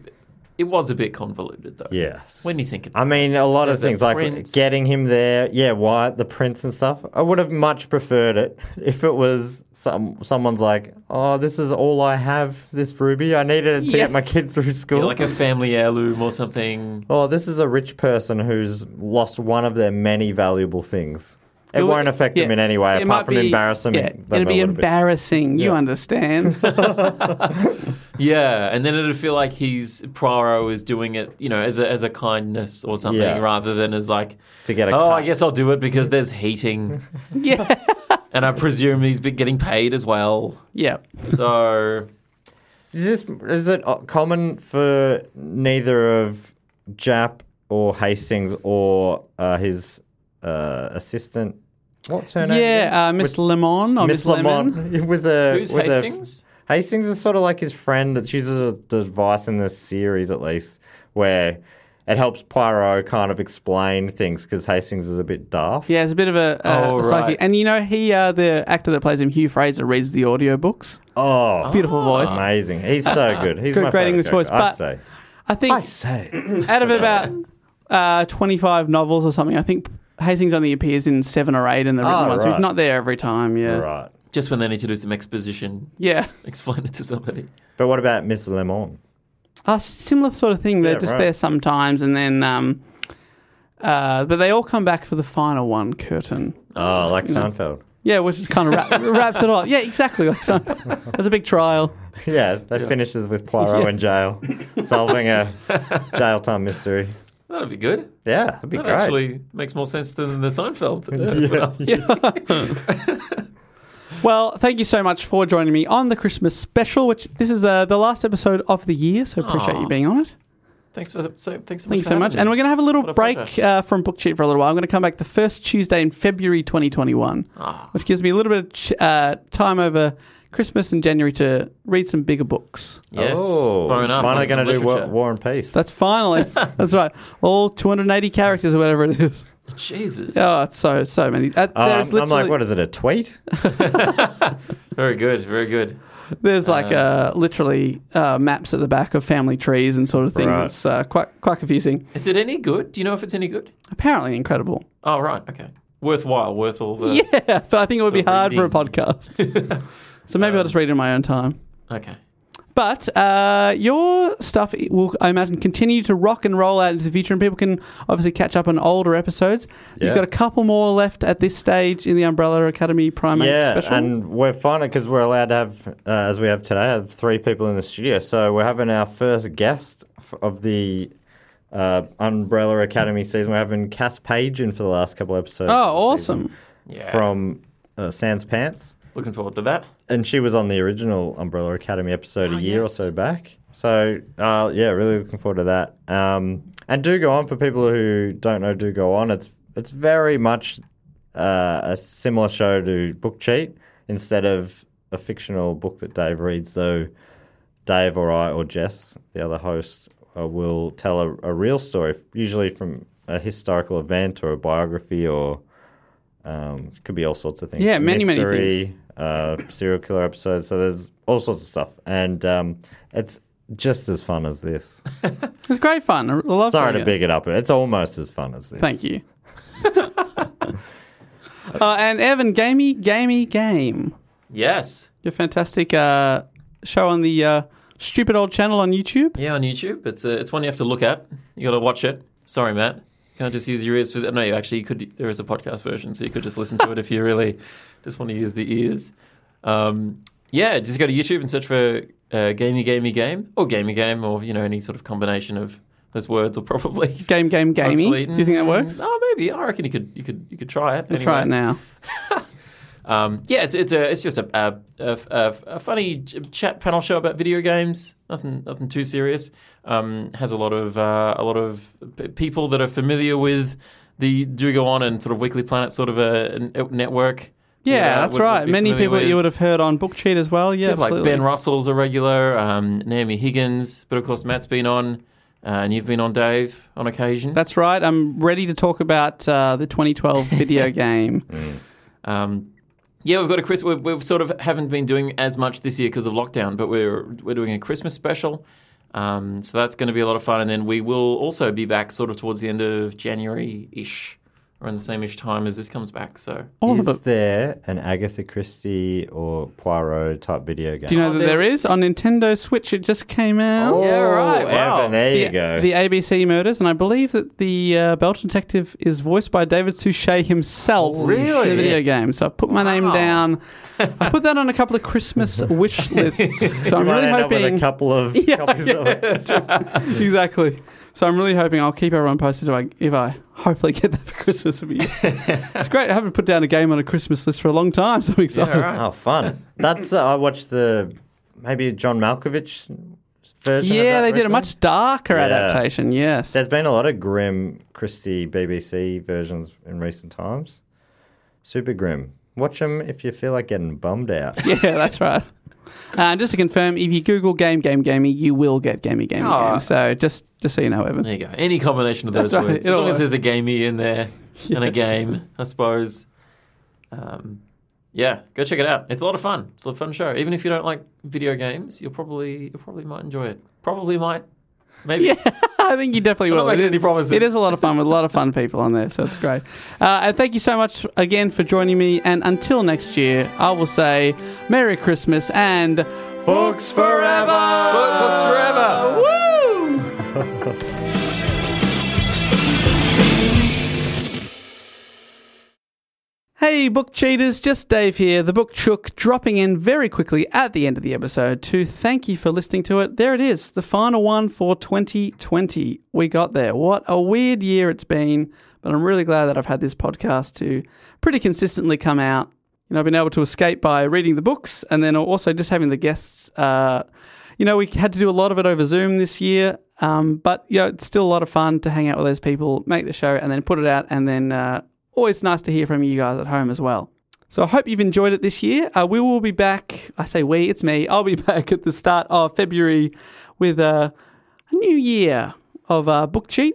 it was a bit convoluted though. Yes. When you think about I mean, a lot There's of a things like prince. getting him there. Yeah, why the prince and stuff. I would have much preferred it [laughs] if it was some someone's like, "Oh, this is all I have. This ruby. I needed it to Yeah. get my kids through school." Yeah, like a family heirloom or something. oh, this is a rich person who's lost one of their many valuable things. It, won't affect yeah, them in any way, it might apart from be- embarrassing Yeah, them it'd a be little bit. embarrassing. You Yeah. understand? [laughs] [laughs] Yeah, and then it'd feel like he's Poirot is doing it, you know, as a as a kindness or something, Yeah. rather than as like To get a Oh, cut. I guess I'll do it because there's [laughs] heating, yeah, and I presume he's been getting paid as well. yeah. [laughs] So Is this is it uh, common for neither of Jap or Hastings or uh, his uh, assistant? What's her name? Yeah, uh, Miss Lemon or Miss, Lemon. Lemon [laughs] with a who's with a- Hastings? Hastings is sort of like his friend that uses a device in this series, at least, where it helps Poirot kind of explain things because Hastings is a bit daft. Yeah, it's a bit of a, a, Oh, a right. psychic. And you know, he, uh, the actor that plays him, Hugh Fraser, reads the audiobooks. Oh, Beautiful voice. amazing! He's [laughs] so good. He's Good my great favourite English voice, character, but- I say. I think say. out of about uh, 25 novels or something, I think Hastings only appears in seven or eight in the written Oh, ones. So he's right. not there every time. Yeah. [clears throat] right. Just when they need to do some exposition, Yeah. explain it to somebody. But what about Miss Lemon? A similar sort of thing. They're Yeah, just right. there sometimes and then. Um, uh, but they all come back for the final one, curtain. Ah, Oh, like you know. Seinfeld. [laughs] Yeah, which is kind of [laughs] wrap, wraps it all. Yeah, exactly. Like so, that's a big trial. Yeah, that finishes [laughs] with Poirot in jail, solving a jail time mystery. That'd be good. Yeah, that'd be That great. actually makes more sense than the [laughs] Seinfeld. uh, [laughs] finale. Well, thank you so much for joining me on the Christmas special, which this is uh, the last episode of the year, so appreciate Aw. you being on it. Thanks for the, so, thanks so much. Thank you for so having much. me. And we're going to have a little What a break pleasure. uh, from Book Cheat for a little while. I'm going to come back the first Tuesday in February 2021, Ah. which gives me a little bit of ch- uh, time over Christmas and January to read some bigger books. yes, Oh, bone up. finally on some going to do War, literature. War and Peace. That's [laughs] finally, that's right, all 280 characters or whatever it is. Jesus, Oh, it's so, so many. Uh, Um, there's I'm literally- like, what is it? A tweet? very good, very good. There's like uh, literally uh, maps at the back of family trees and sort of things. Right. It's uh, quite quite confusing. Is it any good? Do you know if it's any good? Apparently incredible. [laughs] Oh right, okay. Worthwhile, worth all the. Yeah, but I think it would be the hard for a reading. podcast. [laughs] so maybe I'll just read it in my own time. Okay. But uh, your stuff will, I imagine, continue to rock and roll out into the future, and people can obviously catch up on older episodes. You've Yeah. got a couple more left at this stage in the Umbrella Academy Primate yeah, special. and we're finally because we're allowed to have, uh, as we have today, have three people in the studio. So we're having our first guest f- of the uh, Umbrella Academy season. We're having Cass Page in for the last couple episodes. oh, of the awesome! season From uh, Sans Pants. Looking forward to that. and she was on the original Umbrella Academy episode Oh, a year yes. or so back. So uh, yeah, really looking forward to that. Um, and do go on for people who don't know. Do go on. It's it's very much uh, a similar show to Book Cheat instead of a fictional book that Dave reads. Though Dave or I or Jess, the other host, uh, will tell a, a real story, usually from a historical event or a biography or um, it could be all sorts of things. Yeah, many, many things. Uh, serial killer episodes. So there's all sorts of stuff, and um, it's just as fun as this. It was great fun. I love Sorry doing to it. big it up. It's almost as fun as this. Thank you. [laughs] uh, and Evan, gamey, gamey, game. Yes. Your fantastic uh, show on the uh, stupid old channel on YouTube. Yeah, on YouTube. It's uh, it's one you have to look at. You got to watch it. Sorry, Matt. Can't just use your ears for that. No, you actually you could. There is a podcast version, so you could just listen to it if you really just want to use the ears. Um, yeah, just go to YouTube and search for uh, gamey, gamey game, or gamey game, or you know any sort of combination of those words, will probably [laughs] Game, game, gamey. Hopefully- Do you think that Mm, works? Oh, maybe. I reckon you could you could you could try it. We'll Try it anyway. now. Um, yeah, it's it's a it's just a a, a, a, a funny j- chat panel show about video games. Nothing nothing too serious. Um, has a lot of uh, a lot of p- people that are familiar with the Do Go On and sort of Weekly Planet sort of a, a n- network. Yeah, that that's would- would right. be Many familiar people that you would with. have heard on Book Cheat as well. Yeah, People like absolutely. Ben Russell's a regular, um, Naomi Higgins, but of course Matt's been on, uh, and you've been on Dave on occasion. That's right. I'm ready to talk about uh, the 2012 [laughs] video game. Um, yeah, we've got a Chris. We've, we've sort of haven't been doing as much this year because of lockdown, but we're we're doing a Christmas special, um, so that's going to be a lot of fun. And then we will also be back sort of towards the end of January ish, around the same ish time as this comes back. So All of Is it. there an Agatha Christie or Poirot type video game? Do you know Oh, that there- there is on Nintendo Switch? It just came out. Yeah, right, wow. Evan, Oh, there The, you go. the ABC murders, and I believe that the uh, Belgian detective is voiced by David Suchet himself Really? in the video game. So I put my name Wow. [laughs] down. I put that on a couple of Christmas wish lists. So I'm Might really end up hoping with a couple [laughs] of copies of it. exactly. So I'm really hoping I'll keep everyone posted if I, if I hopefully get that for Christmas. [laughs] Of you. it's great. I haven't put down a game on a Christmas list for a long time, so I'm excited. yeah, right. Oh, [laughs] fun! That's uh, I watched the maybe John Malkovich version. of Yeah, they that did a recently. much darker Yeah. adaptation. Yes. There's been a lot of grim Christie BBC versions in recent times. Super grim. Watch them if you feel like getting bummed out. [laughs] yeah, that's right. Uh, just to confirm, if you Google "game game gamey," you will get "gamey gamey Oh. game." So just just so you know, Evan. there you go. Any combination of those That's right. words, as It'll long as work. there's a gamey in there and a game, I suppose. Um, yeah, go check it out. It's a lot of fun. It's a fun show. Even if you don't like video games, you'll probably you probably might enjoy it. Probably might, maybe. [laughs] I think you definitely I'm will. not making It- any promises. It is a lot of fun with a lot of fun people on there, so it's great. Uh, and thank you so much again for joining me. And until next year, I will say Merry Christmas and Books forever! Book- books forever. Woo! Hey, book cheaters, just Dave here, the book chook, dropping in very quickly at the end of the episode to thank you for listening to it. There it is, the final one for 2020. We got there. What a weird year it's been, but I'm really glad that I've had this podcast to pretty consistently come out. You know, I've been able to escape by reading the books and then also just having the guests. Uh, you know, we had to do a lot of it over Zoom this year, um, but you know, it's still a lot of fun to hang out with those people, make the show, and then put it out. And then uh, always nice to hear from you guys at home as well. So I hope you've enjoyed it this year. Uh, we will be back. I say we, it's me. I'll be [laughs] back at the start of February with uh, a new year of uh, book cheat.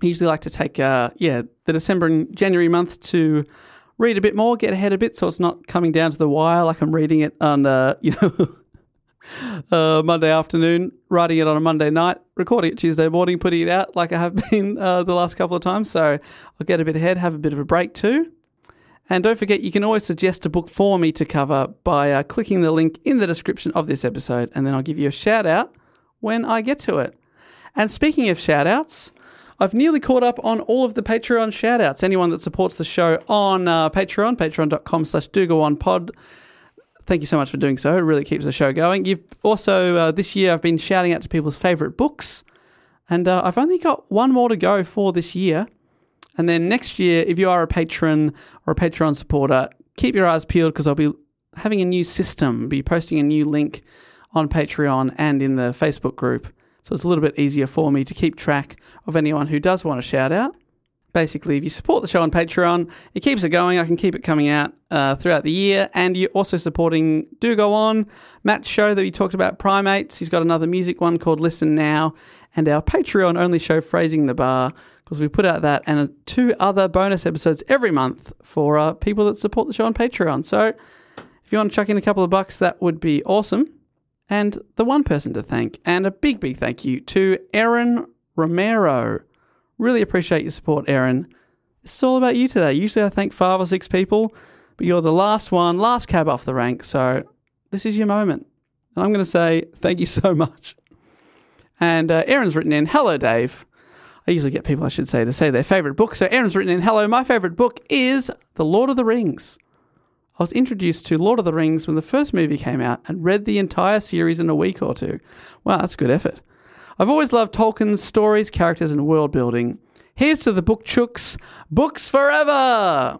I usually like to take uh, yeah the December and January month to read a bit more, get ahead a bit, so it's not coming down to the wire like I'm reading it on uh, [laughs] you know uh, Monday afternoon, writing it on a Monday night, recording it Tuesday morning, putting it out like I have [laughs] been uh, the last couple of times. So I'll get a bit ahead, have a bit of a break too. And don't forget, you can always suggest a book for me to cover by uh, clicking the link in the description of this episode, and then I'll give you a shout out when I get to it. And speaking of shout outs, I've nearly caught up on all of the Patreon shout outs. Anyone that supports the show on uh, Patreon, patreon.com slash do go on pod. Thank you so much for doing so. It really keeps the show going. You've also, uh, this year, I've been shouting out to people's favorite books. And uh, I've only got one more to go for this year. And then next year, if you are a patron or a Patreon supporter, keep your eyes peeled because I'll be having a new system, be posting a new link on Patreon and in the Facebook group. So it's a little bit easier for me to keep track of anyone who does want a shout out. Basically, if you support the show on Patreon, it keeps it going. I can keep it coming out uh, throughout the year. And you're also supporting Do Go On, Matt's show that we talked about, Primates. He's got another music one called Listen Now, and our Patreon only show, Phrasing the Bar, because we put out that and uh, two other bonus episodes every month for uh, people that support the show on Patreon. So if you want to chuck in a couple of bucks, that would be awesome. And the one person to thank, and a big, big thank you to Erin Romero. Really appreciate your support, Erin. This is all about you today. Usually I thank five or six people, but you're the last one, last cab off the rank, so this is your moment. And I'm going to say thank you [laughs] so much. And uh, Erin's written in, Hello, Dave. I usually get people, I should say, to say their favorite book. So Erin's written in, Hello, my favorite book is The Lord of the Rings. I was introduced to Lord of the Rings when the first movie came out and read the entire series in a week or two. Wow, that's good effort. I've always loved Tolkien's stories, characters, and world building. Here's to the book chooks. Books forever!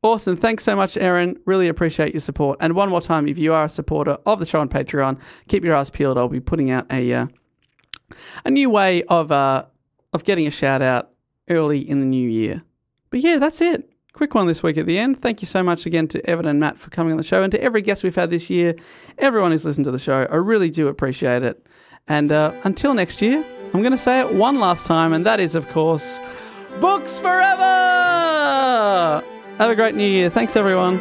Awesome. Thanks so much, Aaron. Really appreciate your support. And one more time, if you are a supporter of the show on Patreon, keep your eyes peeled. I'll be putting out a uh, a new way of uh, of getting a shout out early in the new year. But yeah, that's it. Quick one this week at the end. Thank you so much again to Evan and Matt for coming on the show and to every guest we've had this year, everyone who's listened to the show. I really do appreciate it. And uh, until next year, I'm going to say it one last time, and that is, of course, Books Forever! Have a great new year. Thanks, everyone.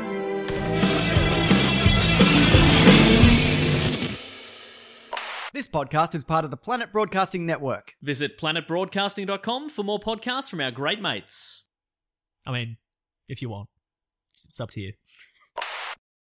This podcast is part of the Planet Broadcasting Network. Visit planetbroadcasting.com for more podcasts from our great mates. I mean, if you want, it's, it's up to you.